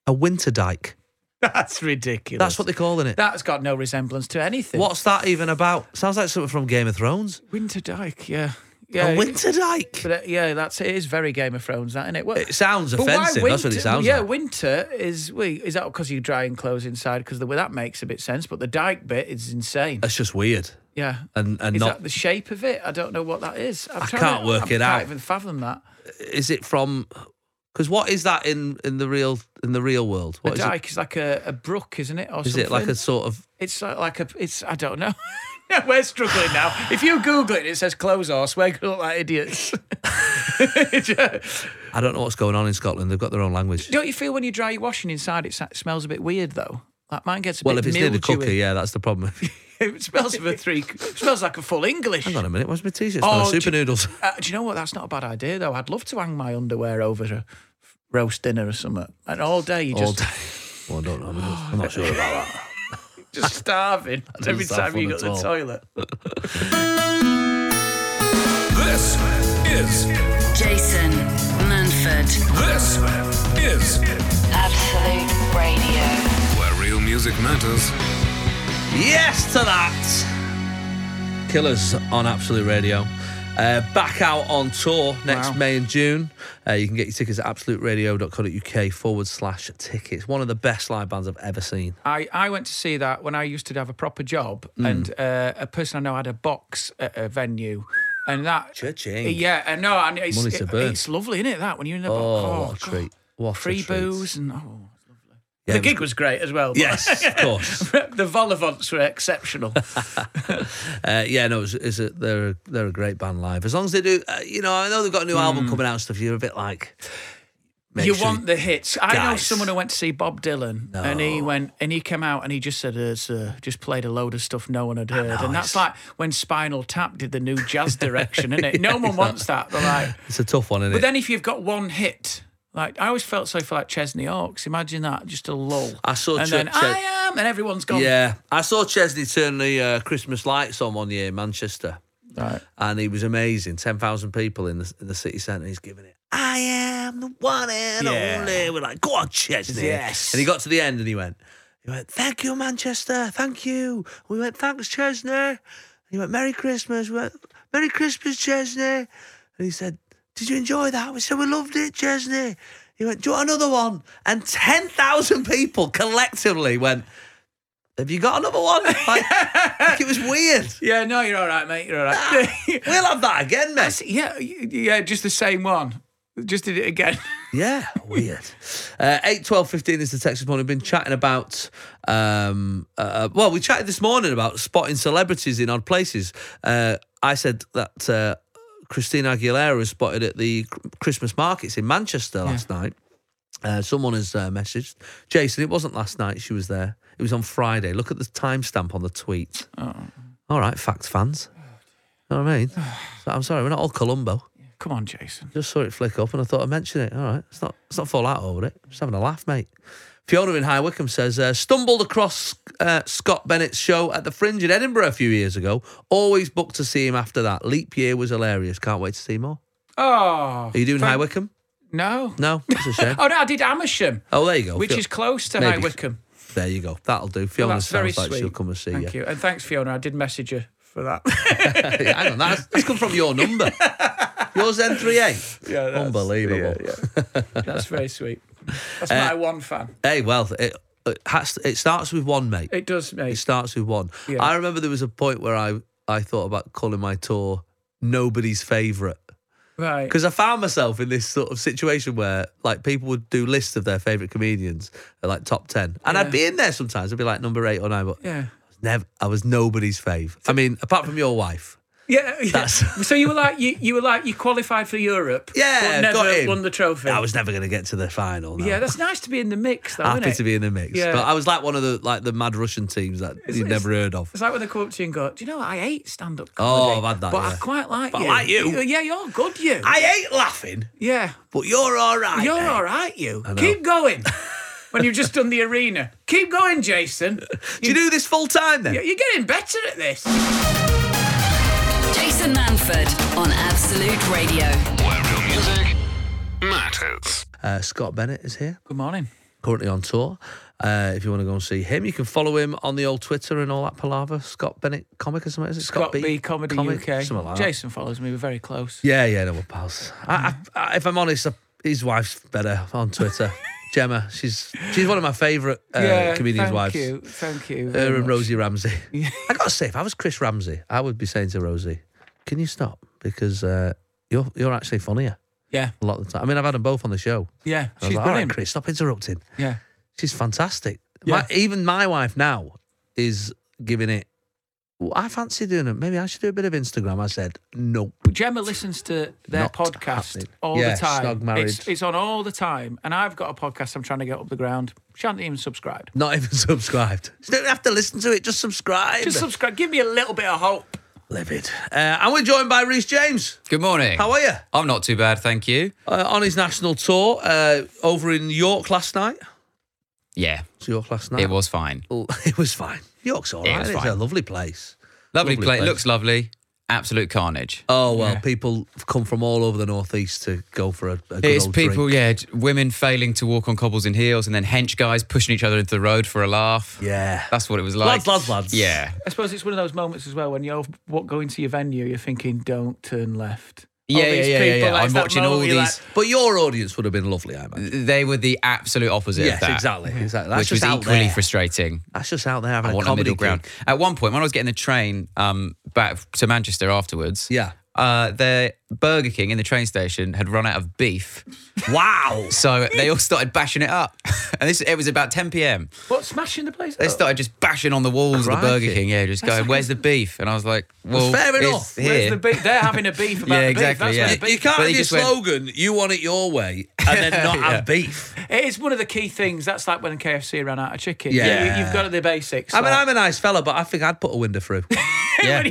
Speaker 3: A winter dyke.
Speaker 4: That's ridiculous.
Speaker 3: That's what they're calling it.
Speaker 4: That's got no resemblance to anything.
Speaker 3: What's that even about? Sounds like something from Game of Thrones.
Speaker 4: Winter Dyke, yeah. Yeah.
Speaker 3: a winter dyke.
Speaker 4: But uh, yeah, that's it. Is very Game of Thrones, that isn't it? Well,
Speaker 3: It sounds
Speaker 4: but why
Speaker 3: offensive. That's what it
Speaker 4: winter-
Speaker 3: sounds
Speaker 4: Yeah,
Speaker 3: like.
Speaker 4: winter is. We is that because you're drying clothes inside? Because the way that makes a bit sense. But the Dyke bit is insane.
Speaker 3: That's just weird.
Speaker 4: Yeah.
Speaker 3: Uh, And and
Speaker 4: is
Speaker 3: not
Speaker 4: that the shape of it? I don't know what that is. I'm
Speaker 3: I
Speaker 4: trying
Speaker 3: can't
Speaker 4: to,
Speaker 3: work
Speaker 4: I
Speaker 3: it
Speaker 4: can't
Speaker 3: out.
Speaker 4: even fathom that.
Speaker 3: is it from? Because what is that in in the real in the real world? What
Speaker 4: a
Speaker 3: is it?
Speaker 4: dyke is like a, a brook, isn't it? Or
Speaker 3: Is it like a sort of?
Speaker 4: It's like, like a. It's I don't know. We're struggling now. If you Google it, it says clothes horse. We're going to look like idiots.
Speaker 3: I don't know what's going on in Scotland. They've got their own language.
Speaker 4: Don't you feel when you dry your washing inside, it sa- smells a bit weird though? Like mine gets a
Speaker 3: Well,
Speaker 4: bit
Speaker 3: if it's near the
Speaker 4: mildewy.
Speaker 3: cooker, yeah, that's the problem.
Speaker 4: It smells of a three. It smells like a full English.
Speaker 3: Hang on a minute, where's my t-shirt?
Speaker 4: Oh,
Speaker 3: Oh, super
Speaker 4: do-
Speaker 3: noodles.
Speaker 4: Uh, do you know what? That's not a bad idea though. I'd love to hang my underwear over a roast dinner or something, and all day you
Speaker 3: All
Speaker 4: just
Speaker 3: day. Well, I don't know. I'm not- I'm not sure about that.
Speaker 4: just starving every
Speaker 3: sound
Speaker 4: time
Speaker 3: fun
Speaker 4: you go
Speaker 3: at
Speaker 4: to the
Speaker 3: all.
Speaker 4: toilet.
Speaker 1: This is
Speaker 2: Jason Manford,
Speaker 1: this is
Speaker 2: Absolute Radio.
Speaker 1: where real music matters.
Speaker 3: Yes to that. Killers on Absolute Radio. Uh, back out on tour next
Speaker 4: Wow.
Speaker 3: May and June. Uh, you can get your tickets at absoluteradio.co.uk forward slash tickets. One of the best live bands I've ever seen.
Speaker 4: I, I went to see that when I used to have a proper job,
Speaker 3: Hmm.
Speaker 4: and uh, a person I know had a box at a venue, and that
Speaker 3: Cha-ching.
Speaker 4: yeah, and no, and it's
Speaker 3: Money to
Speaker 4: it-
Speaker 3: burn.
Speaker 4: it's lovely, isn't it? That when you're in the
Speaker 3: Oh,
Speaker 4: box,
Speaker 3: what a
Speaker 4: God.
Speaker 3: treat. What a
Speaker 4: free
Speaker 3: treat.
Speaker 4: booze, and oh,
Speaker 3: Yeah, it
Speaker 4: the
Speaker 3: was
Speaker 4: gig was great as well. but-
Speaker 3: Um, Yes, of course.
Speaker 4: the Volivants were exceptional.
Speaker 3: Uh, yeah, no, it's, it's a, they're a, they're a great band live. As long as they do, uh, you know, I know they've got a new album coming out and stuff. You're a bit like, make
Speaker 4: Hmm. you
Speaker 3: sure
Speaker 4: want the hits. I know
Speaker 3: Guys.
Speaker 4: someone who went to see Bob Dylan, and he went and he came out and he just said, uh, sir, just played a load of stuff no one had heard, and that's like when Spinal Tap did the new jazz direction, isn't it? No one wants that. They're like.
Speaker 3: it's a tough one, isn't
Speaker 4: But
Speaker 3: it?
Speaker 4: then if you've got one hit, like I always felt so for like Chesney Hawks. Imagine that, just a lull.
Speaker 3: I saw
Speaker 4: and
Speaker 3: Ch-
Speaker 4: then
Speaker 3: Ch-
Speaker 4: I am, and everyone's gone.
Speaker 3: yeah, I saw Chesney turn the uh, Christmas lights on one year in Manchester,
Speaker 4: Right.
Speaker 3: and he was amazing. Ten thousand people in the in the city centre. He's giving it. I am the one and
Speaker 4: Yeah.
Speaker 3: only. We're like, go on, Chesney.
Speaker 4: Yes.
Speaker 3: And he got to the end and he went, he went, thank you, Manchester. Thank you. We went, thanks, Chesney. And he went, Merry Christmas. We went, Merry Christmas, Chesney. And he said, did you enjoy that? We said, we loved it, Chesney. He went, do you want another one? And 10,000 people collectively went, have you got another one? Like, like it was weird.
Speaker 4: Yeah, no, you're all right, mate. You're all right.
Speaker 3: We'll have that again, mate.
Speaker 4: yeah, you- yeah, just the same one. Just did it again.
Speaker 3: Yeah, weird. Uh, 8, 12, 15 is the text this morning. We've been chatting about, um, uh, well, we chatted this morning about spotting celebrities in odd places. Uh, I said that uh, Christina Aguilera was spotted at the Cr- Christmas markets in Manchester last night. Uh, someone has uh, messaged Jason. It wasn't last night. She was there. It was on Friday. Look at the timestamp on the tweet. All right, fact fans. You know what I mean? So I'm sorry, we're not all Columbo.
Speaker 4: Come on, Jason.
Speaker 3: Just saw it flick up and I thought I'd mention it. All right. It's not, it's not fall out over it. Just having a laugh, mate. Fiona in High Wycombe says, uh, stumbled across uh, Scott Bennett's show at the Fringe in Edinburgh a few years ago. Always booked to see him after that. Leap year was hilarious. Can't wait to see more.
Speaker 4: Oh.
Speaker 3: Are you doing High Wycombe?
Speaker 4: No.
Speaker 3: No, that's a shame.
Speaker 4: Oh, no, I did Amersham,
Speaker 3: oh, there you go.
Speaker 4: which
Speaker 3: Fio-
Speaker 4: is close to
Speaker 3: Maybe.
Speaker 4: High Wycombe.
Speaker 3: There you go. That'll do. Fiona
Speaker 4: that's very
Speaker 3: sounds like she'll
Speaker 4: sweet.
Speaker 3: come and see
Speaker 4: Thank you. And thanks, Fiona. I did message you for that.
Speaker 3: Yeah, hang on, that's, that's come from your number. Yours N38. Yeah, Unbelievable.
Speaker 4: That's very sweet. That's
Speaker 3: Uh,
Speaker 4: my one fan.
Speaker 3: Hey, well, it, it, has, it starts with one, mate.
Speaker 4: It does, mate.
Speaker 3: It starts with one.
Speaker 4: Yeah.
Speaker 3: I remember there was a point where I, I thought about calling my tour Nobody's Favourite.
Speaker 4: right.
Speaker 3: Because I found myself in this sort of situation where, like, people would do lists of their favourite comedians, uh, like top 10. And I'd
Speaker 4: Yeah.
Speaker 3: be in there sometimes. I'd be like number eight or nine, but
Speaker 4: Yeah.
Speaker 3: never, I was nobody's fave. I mean, apart from your wife.
Speaker 4: Yeah. yeah.
Speaker 3: That's-
Speaker 4: so you were like you, you were like you qualified for Europe.
Speaker 3: Yeah,
Speaker 4: But never
Speaker 3: got in.
Speaker 4: won the trophy.
Speaker 3: I was never going to get to the final. no.
Speaker 4: yeah, that's nice to be in the mix, though,
Speaker 3: happy
Speaker 4: isn't it?
Speaker 3: to be in the mix.
Speaker 4: Yeah.
Speaker 3: But I was like one of the like the mad Russian teams that you'd
Speaker 4: it's-
Speaker 3: never heard of.
Speaker 4: It's like when they come up to you and go, "Do you know what? I hate stand-up
Speaker 3: Oh,
Speaker 4: comedy,
Speaker 3: I've had that,
Speaker 4: but I
Speaker 3: yeah.
Speaker 4: quite like
Speaker 3: But I
Speaker 4: you.
Speaker 3: like you.
Speaker 4: Yeah, you're good. You.
Speaker 3: I ain't laughing,
Speaker 4: yeah,
Speaker 3: but you're all right.
Speaker 4: you're
Speaker 3: mate.
Speaker 4: all right. You keep going. when you've just done the arena, keep going, Jason.
Speaker 3: Do you do this full time then?
Speaker 4: You're getting better at this.
Speaker 2: Jason Manford on Absolute Radio.
Speaker 1: Where real music matters.
Speaker 3: Uh, Scott Bennett is here,
Speaker 4: Good morning.
Speaker 3: currently on tour. Uh, if you want to go and see him, you can follow him on the old Twitter and all that palaver. Scott Bennett comic or something. Is it
Speaker 4: Scott B. Comedy
Speaker 3: Comic?
Speaker 4: UK.
Speaker 3: Something like that.
Speaker 4: Jason follows me. We're very close.
Speaker 3: Yeah, yeah, no, we're pals. I, I, I, if I'm honest, I, his wife's better on Twitter. Gemma, she's she's one of my favourite uh, comedians'
Speaker 4: thank
Speaker 3: wives.
Speaker 4: you. Thank you. very
Speaker 3: Her and
Speaker 4: much.
Speaker 3: Rosie Ramsey. I gotta say, if I was Chris Ramsey, I would be saying to Rosie, "Can you stop? Because uh, you're you're actually funnier
Speaker 4: Yeah,
Speaker 3: a lot of the time. I mean, I've had them both on the show.
Speaker 4: yeah.
Speaker 3: I was
Speaker 4: She's
Speaker 3: like, All right,
Speaker 4: brilliant.
Speaker 3: Chris, stop interrupting.
Speaker 4: Yeah.
Speaker 3: She's fantastic. My, even my wife now is giving it. "Well, I fancy doing it. Maybe I should do a bit of Instagram. I said no.
Speaker 4: Gemma listens to their
Speaker 3: Not
Speaker 4: podcast
Speaker 3: happening.
Speaker 4: all
Speaker 3: Yeah,
Speaker 4: the time.
Speaker 3: Snog Marriage.
Speaker 4: It's, it's on all the time, and I've got a podcast I'm trying to get up the ground. Shan't even subscribe.
Speaker 3: Not even subscribed. You don't have to listen to it. Just subscribe.
Speaker 4: Just subscribe. Give me a little bit of hope.
Speaker 3: Livid. Uh, and we're joined by Reese James.
Speaker 6: Good morning.
Speaker 3: How are you?
Speaker 6: I'm not too bad, thank you.
Speaker 3: Uh, on his national tour uh, over in York last night.
Speaker 6: Yeah,
Speaker 3: It's York last night.
Speaker 6: it was fine.
Speaker 3: Well, it was fine. York's all
Speaker 6: It
Speaker 3: right.
Speaker 6: was
Speaker 3: It's
Speaker 6: fine.
Speaker 3: a lovely place.
Speaker 6: Lovely,
Speaker 3: Lovely
Speaker 6: play.
Speaker 3: place.
Speaker 6: Looks lovely. Absolute carnage.
Speaker 3: Oh well, people have come from all over the northeast to go for a, a good
Speaker 6: It's
Speaker 3: old
Speaker 6: people,
Speaker 3: drink.
Speaker 6: yeah, j- women failing to walk on cobbles in heels, and then hench guys pushing each other into the road for a laugh.
Speaker 3: Yeah.
Speaker 6: that's what it was like.
Speaker 3: Lads, lads, lads.
Speaker 6: Yeah,
Speaker 4: I suppose it's one of those moments as well when you're what, going to your venue, you're thinking, don't turn left. All
Speaker 6: Yeah, yeah,
Speaker 4: these
Speaker 6: yeah, yeah,
Speaker 4: people,
Speaker 6: yeah.
Speaker 4: like,
Speaker 6: I'm
Speaker 4: that
Speaker 6: watching all
Speaker 4: moment, you're like,
Speaker 6: these-
Speaker 3: But your audience would have been lovely, I imagine.
Speaker 6: they were the absolute opposite
Speaker 3: Yes,
Speaker 6: of that.
Speaker 3: exactly, exactly. That's
Speaker 6: which was
Speaker 3: just out
Speaker 6: equally
Speaker 3: there.
Speaker 6: frustrating.
Speaker 3: That's just out there having
Speaker 6: I want
Speaker 3: a
Speaker 6: a
Speaker 3: comedy
Speaker 6: middle ground.
Speaker 3: gig.
Speaker 6: At one point, when I was getting the train um, back to Manchester afterwards,
Speaker 3: Yeah.
Speaker 6: uh, the Burger King in the train station had run out of beef,
Speaker 3: Wow.
Speaker 6: so they all started bashing it up. And this it was about 10 p.m.
Speaker 4: What, smashing the place?
Speaker 6: They
Speaker 4: up?
Speaker 6: started just bashing on the walls of the
Speaker 3: Crikey.
Speaker 6: Burger King. Yeah, just going, "Where's the beef?" And I was like, "Well,
Speaker 3: fair
Speaker 6: it's
Speaker 3: enough.
Speaker 6: Here.
Speaker 4: Where's the beef? They're having a beef about
Speaker 6: Yeah,
Speaker 4: the
Speaker 6: exactly,
Speaker 4: beef. That's where
Speaker 6: yeah.
Speaker 4: the
Speaker 6: You-
Speaker 4: beef
Speaker 3: You can't
Speaker 6: But
Speaker 3: have
Speaker 6: he
Speaker 3: your
Speaker 6: just went-
Speaker 3: slogan, you want it your way, and then not have beef.
Speaker 4: It is one of the key things. That's like when KFC ran out of chicken.
Speaker 3: Yeah.
Speaker 4: You, have got the basics.
Speaker 3: I mean,
Speaker 4: like,
Speaker 3: I'm a nice fella, but I think I'd put a window through.
Speaker 6: Yeah.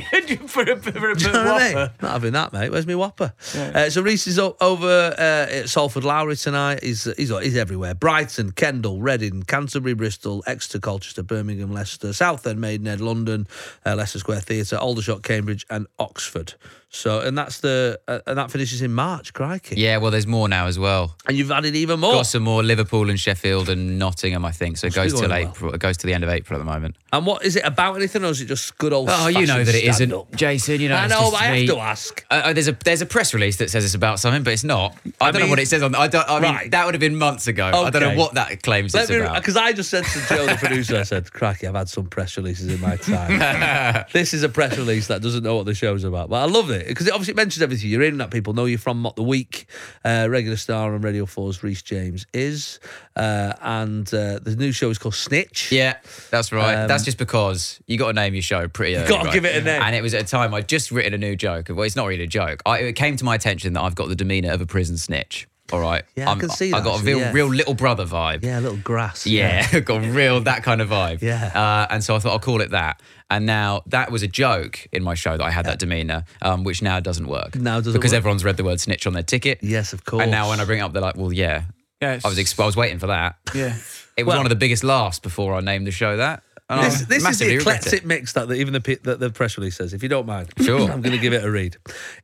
Speaker 4: for a, for a
Speaker 3: Do you know what I mean?
Speaker 4: Whopper.
Speaker 3: Not having that, mate. Where's my whopper? Uh, so Reese is o- over uh, at Salford Lowry tonight. He's, uh, he's he's everywhere. Brighton, Kendal, Reading, Canterbury, Bristol, Exeter, Colchester, Birmingham, Leicester, Southend, Maidenhead, London, uh, Leicester Square Theatre, Aldershot, Cambridge, and Oxford. So and that's the uh, and that finishes in March. Crikey.
Speaker 6: Yeah, well, there's more now as well.
Speaker 3: And you've added even more.
Speaker 6: Got some more Liverpool and Sheffield and Nottingham, I think. So it goes
Speaker 3: be
Speaker 6: till
Speaker 3: going well.
Speaker 6: April. It goes to the end of April at the moment.
Speaker 3: And what is it about anything, or is it just good old?
Speaker 6: Oh, you know
Speaker 3: fashioned
Speaker 6: that it isn't,
Speaker 3: stand-up?
Speaker 6: Jason. You know,
Speaker 3: I
Speaker 6: it's
Speaker 3: know,
Speaker 6: just
Speaker 3: but I have
Speaker 6: me.
Speaker 3: to ask.
Speaker 6: Uh, uh, there's a there's a press release that says it's about something, but it's not. I, don't
Speaker 3: mean-
Speaker 6: know what it says on. I don't. I mean,
Speaker 3: Right.
Speaker 6: that would have been months ago. I don't
Speaker 3: Okay.
Speaker 6: know what that claims
Speaker 3: Let
Speaker 6: it's
Speaker 3: me,
Speaker 6: about.
Speaker 3: because I just said to Joe, the producer, I said, "Cracky, I've had some press releases in my time. this is a press release that doesn't know what the show's about, but I love it because it obviously mentions everything. You're in that people know you from Mot the Week, uh, regular star on Radio 4's Reese James is, uh, and uh, the new show is called Snitch.
Speaker 6: Yeah, that's right.
Speaker 3: Um,
Speaker 6: that's just because you got to name your show pretty early.
Speaker 3: gotta
Speaker 6: right?
Speaker 3: give it a name.
Speaker 6: And it was at a time I'd just written a new joke. Well, it's not really a joke. I, it came to my attention that I've got the demeanour of a prison snitch. All right.
Speaker 3: Yeah, I can see that,
Speaker 6: I got a
Speaker 3: actually,
Speaker 6: real,
Speaker 3: yeah.
Speaker 6: real little brother vibe.
Speaker 3: yeah, a little grass.
Speaker 6: Yeah, got real that kind of vibe.
Speaker 3: Yeah.
Speaker 6: Uh, and so I thought I'll call it that. And now that was a joke in my show that I had that demeanor, um, which now doesn't work.
Speaker 3: Now doesn't
Speaker 6: because
Speaker 3: work.
Speaker 6: everyone's read the word snitch on their ticket.
Speaker 3: Yes, of course.
Speaker 6: And now when I bring it up, they're like, well, yeah.
Speaker 4: Yes.
Speaker 6: I was ex- I was waiting for that.
Speaker 4: Yeah.
Speaker 6: It was one of the biggest laughs before I named the show that. And I
Speaker 3: This, this is the
Speaker 6: massively regret
Speaker 3: eclectic mix that the, even the, pe- that the press release says. If you don't mind,
Speaker 6: Sure.
Speaker 3: I'm going to give it a read.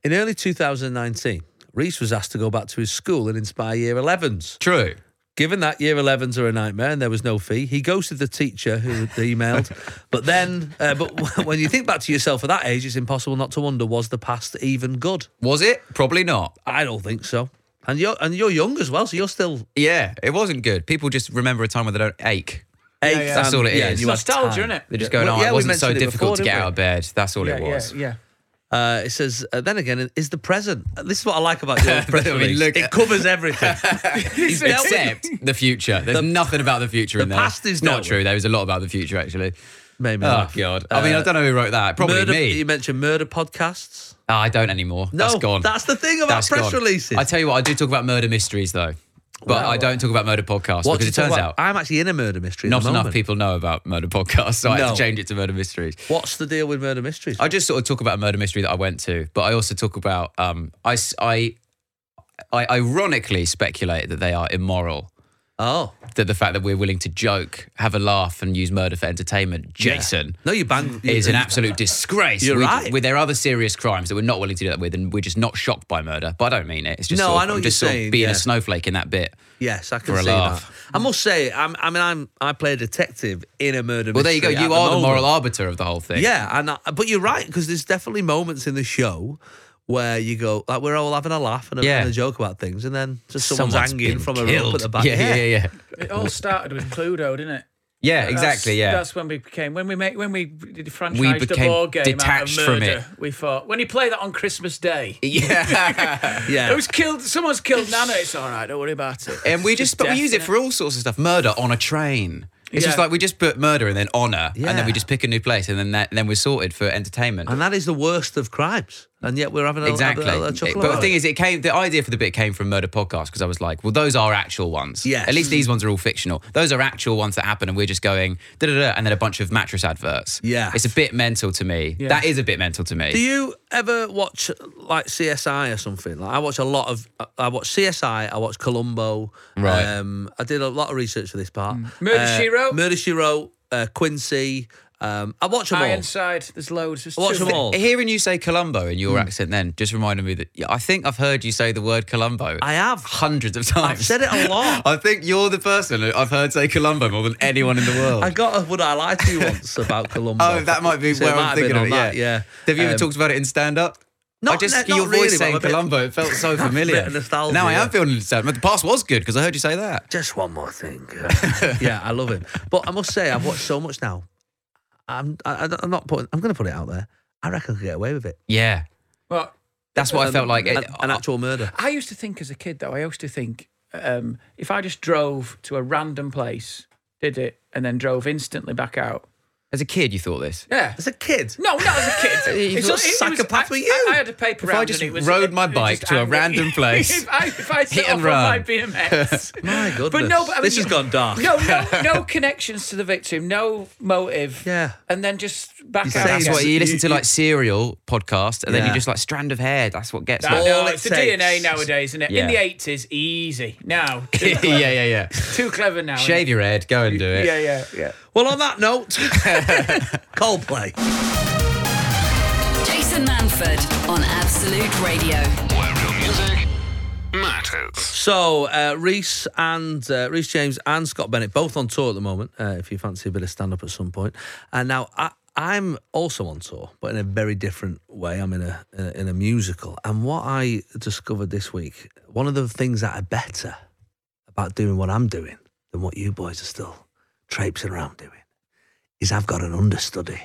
Speaker 3: In early 2019, Reese was asked to go back to his school and inspire year 11s.
Speaker 6: True.
Speaker 3: Given that year 11s are a nightmare and there was no fee, he ghosted the teacher who had emailed. but then, uh, but when you think back to yourself at that age, it's impossible not to wonder was the past even good?
Speaker 6: Was it? Probably not.
Speaker 3: I don't think so. And you're and you're young as well, so you're still
Speaker 6: Yeah, it wasn't good. People just remember a time when they don't ache.
Speaker 3: eight.
Speaker 6: That's all it
Speaker 3: yeah,
Speaker 6: is.
Speaker 3: you have
Speaker 7: Nostalgia,
Speaker 3: time.
Speaker 7: innit?
Speaker 6: They're just going,
Speaker 3: Well,
Speaker 6: oh,
Speaker 3: yeah,
Speaker 6: it
Speaker 3: we
Speaker 6: wasn't so
Speaker 3: mentioned it
Speaker 6: difficult
Speaker 3: before,
Speaker 6: to get
Speaker 3: didn't we?
Speaker 6: out of bed. That's all it
Speaker 7: Yeah,
Speaker 6: was.
Speaker 7: yeah, yeah.
Speaker 3: Uh, it says, uh, then again, is the present. This is what I like about your press
Speaker 6: I mean,
Speaker 3: release.
Speaker 6: look-
Speaker 3: it covers everything. He's dealt with
Speaker 6: Except the future. There's nothing about the future in
Speaker 3: the
Speaker 6: there.
Speaker 3: past is
Speaker 6: not
Speaker 3: dealt
Speaker 6: true. There was a lot about the future actually.
Speaker 3: Made me
Speaker 6: Oh
Speaker 3: laugh.
Speaker 6: god. I mean,
Speaker 3: Uh,
Speaker 6: I don't know who wrote that. Probably
Speaker 3: murder,
Speaker 6: me.
Speaker 3: You mentioned murder podcasts.
Speaker 6: Oh, I don't anymore.
Speaker 3: No,
Speaker 6: that's gone.
Speaker 3: that's the thing about press
Speaker 6: gone.
Speaker 3: releases.
Speaker 6: I tell you what, I do talk about murder mysteries though, but I don't talk about murder podcasts
Speaker 3: What
Speaker 6: because
Speaker 3: do
Speaker 6: it
Speaker 3: you
Speaker 6: turns
Speaker 3: talk
Speaker 6: out
Speaker 3: about? I'm actually in a murder mystery. at
Speaker 6: not
Speaker 3: the
Speaker 6: enough
Speaker 3: moment.
Speaker 6: people know about murder podcasts, so I had
Speaker 3: No.
Speaker 6: to change it to murder mysteries.
Speaker 3: What's the deal with murder mysteries?
Speaker 6: I just sort of talk about a murder mystery that I went to, but I also talk about um, I s- I- I ironically speculate that they are immoral.
Speaker 3: oh,
Speaker 6: That the fact that we're willing to joke, have a laugh, and use murder for entertainment, Jason.
Speaker 3: no, you bang.
Speaker 6: Is
Speaker 3: you-
Speaker 6: an absolute disgrace.
Speaker 3: You're
Speaker 6: we,
Speaker 3: right.
Speaker 6: we- there are other serious crimes that we're not willing to do that with, and we're just not shocked by murder. But I don't mean it. It's just
Speaker 3: No,
Speaker 6: sort of-
Speaker 3: I know
Speaker 6: I'm
Speaker 3: what
Speaker 6: just
Speaker 3: you're
Speaker 6: sort of
Speaker 3: saying,
Speaker 6: being
Speaker 3: yeah.
Speaker 6: a snowflake in that bit.
Speaker 3: Yes, I can
Speaker 6: for a
Speaker 3: see
Speaker 6: laugh.
Speaker 3: that. I must say, I'm, I mean, I'm I play a detective in a murder.
Speaker 6: Well, there you go.
Speaker 3: mystery at
Speaker 6: You are the,
Speaker 3: moment.
Speaker 6: moral arbiter of the whole thing.
Speaker 3: Yeah, and I, but you're right because there's definitely moments in the show where you go like we're all having a laugh and a,
Speaker 6: Yeah.
Speaker 3: and a joke about things, and then just someone's,
Speaker 6: Someone's
Speaker 3: hanging
Speaker 6: been
Speaker 3: from a rope
Speaker 6: killed.
Speaker 3: at the back.
Speaker 6: Yeah, yeah, yeah, yeah.
Speaker 7: It all started with Cluedo, didn't it?
Speaker 6: Yeah,
Speaker 7: That's-
Speaker 6: exactly. Yeah.
Speaker 7: That's when we became when we made when we did franchised
Speaker 6: We
Speaker 7: the
Speaker 6: became
Speaker 7: board game
Speaker 6: detached
Speaker 7: out of
Speaker 6: from
Speaker 7: murder.
Speaker 6: it.
Speaker 7: We thought when you play that on Christmas Day,
Speaker 6: yeah.
Speaker 3: yeah.
Speaker 7: who's killed? Someone's killed Nana. It's all right. Don't worry about it.
Speaker 6: and we just but we use it
Speaker 7: definite.
Speaker 6: for all sorts of stuff. Murder on a train. It's just
Speaker 7: Yeah.
Speaker 6: like we just put murder and then honor, and
Speaker 3: Yeah.
Speaker 6: then we just pick a new place, and then that, then we're sorted for entertainment.
Speaker 3: and that is the worst of crimes, and yet we're having a,
Speaker 6: Exactly.
Speaker 3: a, a, a
Speaker 6: It-
Speaker 3: chuckle
Speaker 6: but the
Speaker 3: about
Speaker 6: thing
Speaker 3: it.
Speaker 6: is, it came. The idea for the bit came from Murder Podcast because I was like, well, those are actual ones.
Speaker 3: Yes. Mm-hmm.
Speaker 6: At least these ones are all fictional. Those are actual ones that happen, and we're just going da da da, and then a bunch of mattress adverts.
Speaker 3: Yeah.
Speaker 6: It's a bit mental to me. That is a bit mental to me.
Speaker 3: Do you ever watch like CSI or something? Like I watch a lot of I- I watch CSI, I watch Columbo.
Speaker 6: Right.
Speaker 3: Um, I did a lot of research for this part.
Speaker 7: Mm.
Speaker 3: Uh,
Speaker 7: Murder, She Wrote?
Speaker 3: Murder She Wrote. Uh, Quincy. Um, I watch them all.
Speaker 7: Ironside. There's loads. There's
Speaker 3: I watch
Speaker 7: too
Speaker 3: them
Speaker 7: many.
Speaker 3: all.
Speaker 6: Hearing you say Columbo in
Speaker 3: Hmm.
Speaker 6: your accent, then just reminded me that yeah, I think I've heard you say the word Columbo.
Speaker 3: I have.
Speaker 6: hundreds of times.
Speaker 3: I've said it a lot.
Speaker 6: I think you're the person who I've heard say Columbo more than anyone in the world.
Speaker 3: I got a would I lie to you once about Columbo.
Speaker 6: oh, that might be
Speaker 3: So it
Speaker 6: where
Speaker 3: might
Speaker 6: I'm
Speaker 3: have been
Speaker 6: thinking of
Speaker 3: on
Speaker 6: it.
Speaker 3: that,
Speaker 6: yeah.
Speaker 3: yeah.
Speaker 6: Have you ever
Speaker 3: Um,
Speaker 6: talked about it in stand up? I
Speaker 3: Not
Speaker 6: just
Speaker 3: ne- not
Speaker 6: your voice
Speaker 3: really, but
Speaker 6: saying
Speaker 3: I'm a bit-
Speaker 6: Columbo. It felt so
Speaker 3: bit
Speaker 6: familiar.
Speaker 3: of nostalgia,
Speaker 6: now I
Speaker 3: yeah.
Speaker 6: am feeling nostalgic. The past was good because I heard you say that.
Speaker 3: Just one more thing. yeah, I love him. But I must say, I've watched so much now. I'm I, I- I'm not putting. I'm going to put it out there. I reckon I could get away with it. Um,
Speaker 6: Yeah.
Speaker 7: Well,
Speaker 6: That's what I felt like.
Speaker 3: an,
Speaker 6: It- uh,
Speaker 3: an actual murder.
Speaker 7: I used to think as a kid, though, I used to think um, if I just drove to a random place, did it, and then drove instantly back out.
Speaker 6: as a kid, you thought this.
Speaker 7: Yeah.
Speaker 3: As a kid,
Speaker 7: No, not as a kid.
Speaker 6: You
Speaker 7: It's
Speaker 6: thought
Speaker 7: just-
Speaker 3: psychopath
Speaker 7: I-
Speaker 3: were you?
Speaker 7: I, I had a paper
Speaker 6: If I
Speaker 7: round
Speaker 6: just
Speaker 7: and it was,
Speaker 6: rode my
Speaker 7: it was
Speaker 6: bike
Speaker 7: just
Speaker 6: to a
Speaker 7: angry.
Speaker 6: random place,
Speaker 7: if I, if I set
Speaker 6: and
Speaker 7: off on my
Speaker 6: run.
Speaker 7: BMX.
Speaker 3: My goodness.
Speaker 7: But no, but I mean,
Speaker 3: this has
Speaker 7: you-
Speaker 3: gone dark.
Speaker 7: No, no, no connections to the victim, no motive.
Speaker 3: Yeah.
Speaker 7: And then just back
Speaker 3: You
Speaker 7: out.
Speaker 3: say
Speaker 6: That's
Speaker 7: again.
Speaker 6: what
Speaker 3: You-
Speaker 6: you listen to
Speaker 3: you-
Speaker 6: like serial podcast, and then
Speaker 3: Yeah.
Speaker 6: you just like strand of hair. That's what gets.
Speaker 7: I
Speaker 6: me.
Speaker 7: know,
Speaker 3: all
Speaker 7: it's
Speaker 3: it
Speaker 7: the
Speaker 3: takes.
Speaker 7: DNA nowadays, isn't it?
Speaker 6: Yeah.
Speaker 7: In the 80s, easy. Now,
Speaker 6: yeah, yeah, yeah.
Speaker 7: too clever now.
Speaker 6: Shave your head. Go and do it.
Speaker 7: Yeah, yeah, yeah.
Speaker 3: Well, on that note, Coldplay.
Speaker 2: Jason Manford on Absolute Radio.
Speaker 1: Where real music matters.
Speaker 3: So, uh, Reese and uh, Reese James and Scott Bennett both on tour at the moment. Uh, if you fancy a bit of stand up at some point, and now I, I'm also on tour, but in a very different way. I'm in a, in a in a musical, and what I discovered this week, one of the things that are better about doing what I'm doing than what you boys are still traipsing around doing, is I've got an understudy.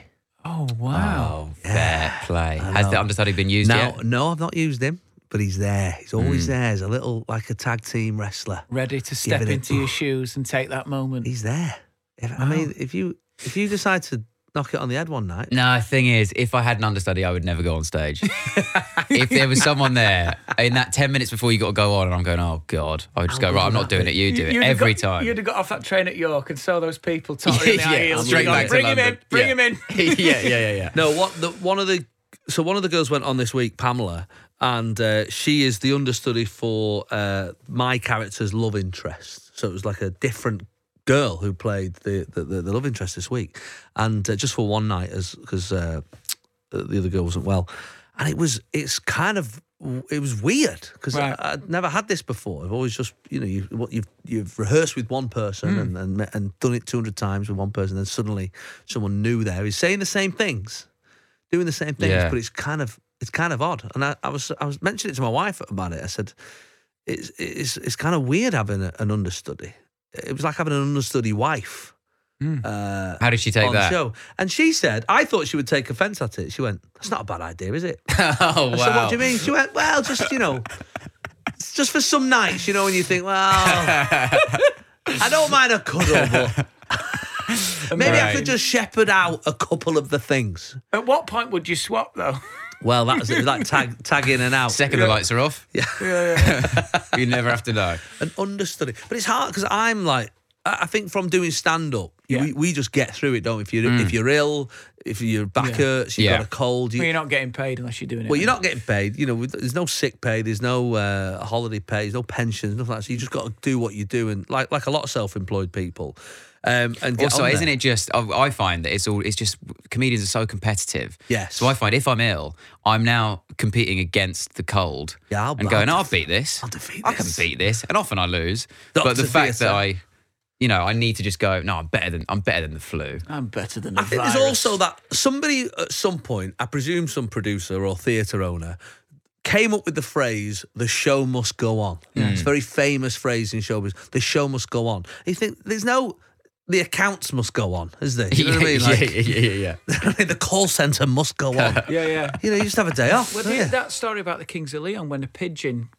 Speaker 7: Oh, wow.
Speaker 6: Oh, fair play. Has the understudy been used
Speaker 3: Now,
Speaker 6: yet?
Speaker 3: no, I've not used him, but he's there. He's always there. He's a little like a tag team wrestler.
Speaker 7: Ready to step
Speaker 3: it a-
Speaker 7: into your shoes and take that moment.
Speaker 3: He's there. If, I mean, if you if you decide to knock it on the head one night,
Speaker 6: No, thing is, if I had an understudy, I would never go on stage. if there was someone there in that 10 minutes before you got to go on, and I'm going, oh, God, I would just go, right, I'm not doing it. You do it
Speaker 7: You'd have
Speaker 6: every
Speaker 7: got-
Speaker 6: time.
Speaker 7: You'd have got off that train at York and saw those people tottering yeah,
Speaker 6: Yeah,
Speaker 7: their heels.
Speaker 6: straight
Speaker 7: You'd go,
Speaker 6: back to
Speaker 7: Bring him in,
Speaker 6: London.
Speaker 7: bring
Speaker 6: Yeah.
Speaker 7: him in.
Speaker 6: yeah, yeah, yeah, yeah.
Speaker 3: no. What the one of the so one of the girls went on this week, Pamela, and uh, she is the understudy for uh, my character's love interest. So it was like a different girl who played the the, the, the love interest this week, and uh, just for one night, as because uh, the other girl wasn't well. and it was it's kind of it was weird because
Speaker 7: Right.
Speaker 3: I'd never had this before. I've always just you know you, what you've you've rehearsed with one person
Speaker 6: Hmm.
Speaker 3: and, and met- and done it two hundred times with one person, and suddenly someone new there is saying the same things, doing the same things,
Speaker 6: Yeah.
Speaker 3: but it's kind of it's kind of odd. And I, I was I was mentioning it to my wife about it. I said it's it's it's kind of weird having a, an understudy. It was like having an understudy wife
Speaker 6: How did she take
Speaker 3: on the
Speaker 6: that?
Speaker 3: show. And she said, I thought she would take offence at it. She went, That's not a bad idea, is it?
Speaker 6: oh wow!
Speaker 3: So what do you mean? She went, Well, just, you know, it's just for some nights, you know, when you think, Well, I don't mind a cuddle, but maybe I
Speaker 6: Right.
Speaker 3: could just shepherd out a couple of the things.
Speaker 7: At what point would you swap though?
Speaker 3: Well, that was it. It was like tag, tag in and out.
Speaker 6: Second, the lights are off. Yeah, you never have to know.
Speaker 3: an understudy. But it's hard because I'm like, I I think from doing stand up, we, we just get through it, don't we? If you're, if you're ill, if your back hurts, you've
Speaker 6: Yeah.
Speaker 3: got a cold, you,
Speaker 7: Well, you're not getting paid unless you're doing it.
Speaker 3: Well, you're not getting paid. You know, with- there's no sick pay, there's no uh, holiday pay, there's no pensions, nothing like that. So you just got to do what you do, and like like a lot of self-employed people. Um, and get
Speaker 6: Also,
Speaker 3: on
Speaker 6: isn't
Speaker 3: there.
Speaker 6: it just? I, I find that it's all. It's just comedians are so competitive.
Speaker 3: Yes.
Speaker 6: So I find if I'm ill, I'm now competing against the cold.
Speaker 3: Yeah, I'll-
Speaker 6: and going,
Speaker 3: I'll
Speaker 6: I'll,
Speaker 3: def-
Speaker 6: beat this.
Speaker 3: I'll defeat
Speaker 6: I can
Speaker 3: this."
Speaker 6: beat this, and often I lose.
Speaker 3: Doctor
Speaker 6: but the fact that
Speaker 3: Theatre.
Speaker 6: I, you know, I need to just go. No, I'm better than. I'm better than the flu.
Speaker 4: I'm better than a
Speaker 3: I think
Speaker 4: virus.
Speaker 3: there's also that somebody at some point, I presume some producer or theatre owner, came up with the phrase "the show must go on." It's a very famous phrase in showbiz. The show must go on. You think there's no. The accounts must go on, is there? You know what I mean?
Speaker 6: yeah,
Speaker 3: Like,
Speaker 6: yeah, yeah, yeah, yeah.
Speaker 3: the call centre must go on.
Speaker 7: Yeah, yeah.
Speaker 3: You know, you just have a day off.
Speaker 7: Well,
Speaker 3: don't
Speaker 7: the,
Speaker 3: you?
Speaker 7: that story about the Kings of Leon when a pigeon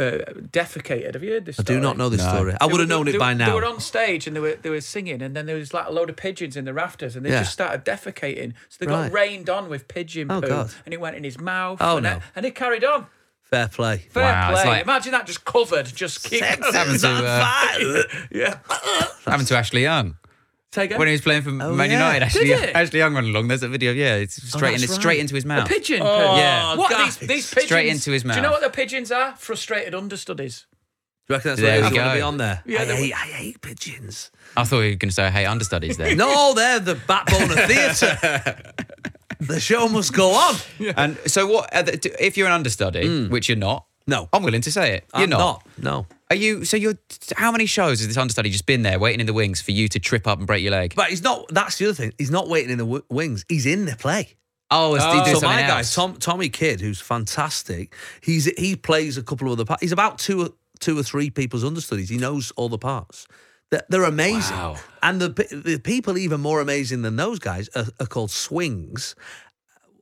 Speaker 7: uh, defecated. Have you heard this?
Speaker 3: I do
Speaker 7: story?
Speaker 3: not know this
Speaker 6: No.
Speaker 3: story.
Speaker 7: They
Speaker 3: I would
Speaker 7: were-
Speaker 3: have known
Speaker 7: they
Speaker 3: it
Speaker 7: were-
Speaker 3: by
Speaker 7: They
Speaker 3: now.
Speaker 7: were on stage and they were they were singing, and then there was like a load of pigeons in the rafters, and they
Speaker 3: Yeah.
Speaker 7: just started defecating. So they
Speaker 3: Right.
Speaker 7: got rained on with pigeon
Speaker 3: Oh,
Speaker 7: poo,
Speaker 3: God.
Speaker 7: and it went in his mouth.
Speaker 3: Oh,
Speaker 7: and
Speaker 3: no.
Speaker 7: it- and he carried on.
Speaker 3: Fair play.
Speaker 7: Fair
Speaker 6: Wow, it's
Speaker 7: play.
Speaker 6: like-
Speaker 7: Imagine that just covered, just keep
Speaker 6: Happened to, uh,
Speaker 7: yeah.
Speaker 6: happened to Ashley Young.
Speaker 7: Take it.
Speaker 6: when he was playing for Man
Speaker 3: Oh, yeah. Oh,
Speaker 6: United. Ashley,
Speaker 7: it?
Speaker 6: Ashley Young running along. There's that video. Yeah, it's straight in.
Speaker 3: that's
Speaker 6: It's
Speaker 3: right.
Speaker 6: straight into his mouth.
Speaker 7: pigeon poo.
Speaker 6: Yeah.
Speaker 7: What
Speaker 3: guys.
Speaker 7: these, these pigeons?
Speaker 6: Straight into his
Speaker 7: Do you
Speaker 6: mouth.
Speaker 7: know what the pigeons are? Frustrated understudies.
Speaker 3: Do you reckon that's
Speaker 6: There
Speaker 3: why
Speaker 6: we
Speaker 3: they want to
Speaker 6: go.
Speaker 3: be on there?
Speaker 7: Yeah,
Speaker 3: I,
Speaker 7: they-
Speaker 3: hate, I hate pigeons.
Speaker 6: I thought you were going to say, "Hey, understudies there."
Speaker 3: No, they're the backbone of theatre. the show must go on.
Speaker 6: And so, what? Are the, do- if you're an understudy, which you're
Speaker 3: Mm.
Speaker 6: not,
Speaker 3: No.
Speaker 6: I'm willing to say it. You're
Speaker 3: I'm not. No.
Speaker 6: Are you? So you're. How many shows has this understudy just been there, waiting in the wings for you to trip up and break your leg?
Speaker 3: But he's not, that's the other thing. He's not waiting in the w- wings, he's in the play.
Speaker 6: oh, it's, oh,
Speaker 3: so
Speaker 6: do
Speaker 3: my
Speaker 6: something
Speaker 3: guy,
Speaker 6: else.
Speaker 3: Tom, Tommy Kidd, who's fantastic, he's he plays a couple of other parts. He's about two, or- two or three people's understudies. He knows all the parts. They're, they're amazing,
Speaker 6: Wow.
Speaker 3: and the pe- the people even more amazing than those guys are, are called swings.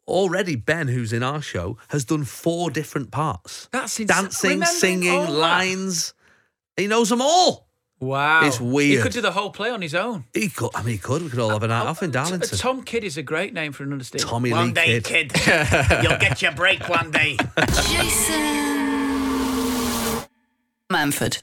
Speaker 3: Already, Ben, who's in our show, has done four different parts:
Speaker 7: That's Oh, ins-
Speaker 3: dancing,
Speaker 7: remembering all
Speaker 6: Oh,
Speaker 3: singing,
Speaker 7: that.
Speaker 3: lines. He knows them all.
Speaker 7: Wow.
Speaker 3: It's
Speaker 7: He
Speaker 3: weird.
Speaker 7: could do the whole play on his own.
Speaker 3: He could. I mean, he could. We could all have a
Speaker 6: Uh,
Speaker 3: night off in
Speaker 7: T-
Speaker 3: Darlington.
Speaker 7: Tom Kidd is a great name for an understudy.
Speaker 3: Tommy Lee
Speaker 4: One day,
Speaker 3: Kidd.
Speaker 4: kid, you'll get your break one day.
Speaker 2: Jason Manford,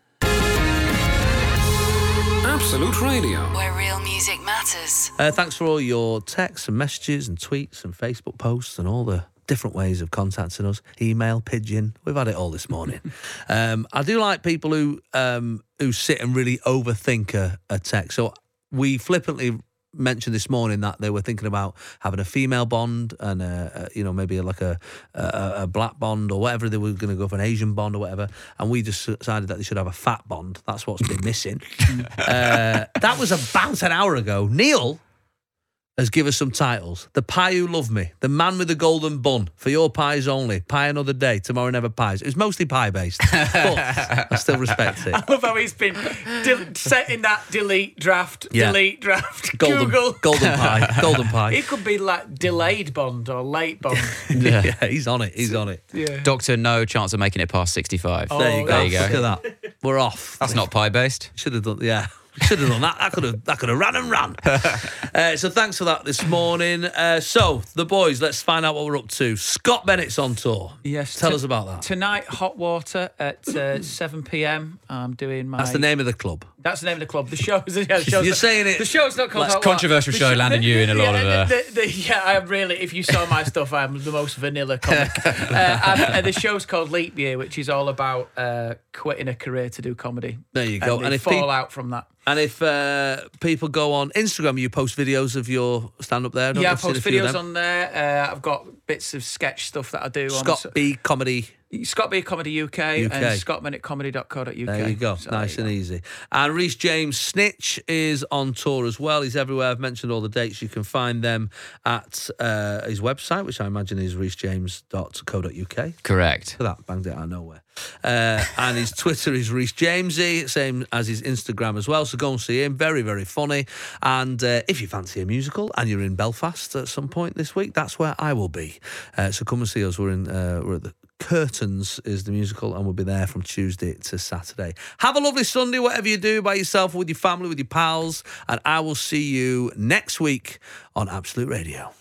Speaker 1: Absolute Radio.
Speaker 2: where real music matters.
Speaker 3: Uh, thanks for all your texts and messages and tweets and Facebook posts and all the different ways of contacting us. Email, pigeon, we've had it all this morning. um, I do like people who um, who sit and really overthink a, a text. So we flippantly mentioned this morning that they were thinking about having a female bond and a, a, you know maybe like a, a a black bond or whatever they were going to go for an Asian bond or whatever and we just decided that they should have a fat bond that's what's been missing uh, that was about an hour ago Neil has give us some titles. The Pie Who Loved Me, The Man with the Golden Bun, For Your Pies Only, Pie Another Day, Tomorrow Never Pies. It was mostly pie based, but I still respect it.
Speaker 7: I love how he's been del- setting that delete draft,
Speaker 3: Yeah.
Speaker 7: delete draft,
Speaker 3: Golden,
Speaker 7: Google.
Speaker 3: golden pie, golden
Speaker 7: He
Speaker 3: pie.
Speaker 7: could be like delayed Bond or late Bond.
Speaker 3: Yeah. he's on it. He's on it.
Speaker 7: yeah.
Speaker 6: Doctor, no chance of making it past 65.
Speaker 7: Oh,
Speaker 3: There you go.
Speaker 6: there you go.
Speaker 3: Look at that. We're off.
Speaker 6: That's not pie based.
Speaker 3: Should have done. Yeah. Should have done that. I could have. I could have ran and ran. uh, so thanks for that this morning. Uh, so the boys, let's find out what we're up to. Scott Bennett's on tour.
Speaker 7: Yes.
Speaker 3: Tell
Speaker 7: to-
Speaker 3: us about that.
Speaker 7: Tonight, Hot Water at uh, 7 p.m. I'm doing my.
Speaker 3: That's the name of the club.
Speaker 4: That's the name of the club. The show. Yeah, the show's
Speaker 3: You're
Speaker 4: not-
Speaker 3: saying it-
Speaker 4: The show's not called.
Speaker 6: That's
Speaker 4: Hot What.
Speaker 6: controversial
Speaker 4: The
Speaker 6: show, landing you in a lot
Speaker 4: yeah,
Speaker 6: of,
Speaker 4: the- the- the- yeah, I am really. If you saw my stuff, I'm the most vanilla comic. uh, and, uh, the show's called Leap Year, which is all about uh, quitting a career to do comedy.
Speaker 3: There you go.
Speaker 4: And,
Speaker 3: And
Speaker 4: they
Speaker 3: if
Speaker 4: fall
Speaker 3: peop-
Speaker 4: out from that.
Speaker 3: And if uh, people go on Instagram, you post videos of your stand up there. don't you?
Speaker 4: Yeah, I
Speaker 3: I've seen a
Speaker 4: post
Speaker 3: few of
Speaker 4: videos
Speaker 3: them.
Speaker 4: on there. Uh, I've got bits of sketch stuff that I do.
Speaker 3: Scott
Speaker 4: on,
Speaker 3: B Comedy.
Speaker 4: Scott B Comedy UK, and
Speaker 3: UK.
Speaker 4: scottminutecomedy.co.uk.
Speaker 3: There you go.
Speaker 4: So
Speaker 3: nice
Speaker 4: there
Speaker 3: and
Speaker 4: you
Speaker 3: easy. And Reese James Snitch is on tour as well. He's everywhere. I've mentioned all the dates. You can find them at uh, his website, which I imagine is reesejames.co.uk.
Speaker 6: Correct.
Speaker 3: Look at that, banged it out of nowhere. Uh, and his Twitter is Reese Jamesy, same as his Instagram as well. So go and see him. Very, very funny. And uh, if you fancy a musical and you're in Belfast at some point this week, that's where I will be. Uh, so come and see us. We're in. Uh, we're at the Curtains is the musical, and we'll be there from Tuesday to Saturday. Have a lovely Sunday, whatever you do by yourself, with your family, with your pals, and I will see you next week on Absolute Radio.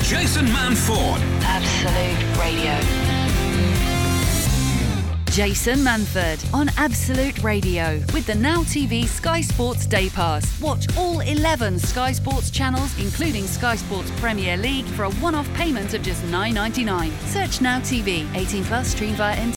Speaker 1: Jason Manford.
Speaker 2: Absolute Radio. Jason Manford on Absolute Radio with the Now TV Sky Sports Day Pass. Watch all 11 Sky Sports channels, including Sky Sports Premier League, for a one off payment of just $9.99. Search Now TV, 18 plus, stream via MT.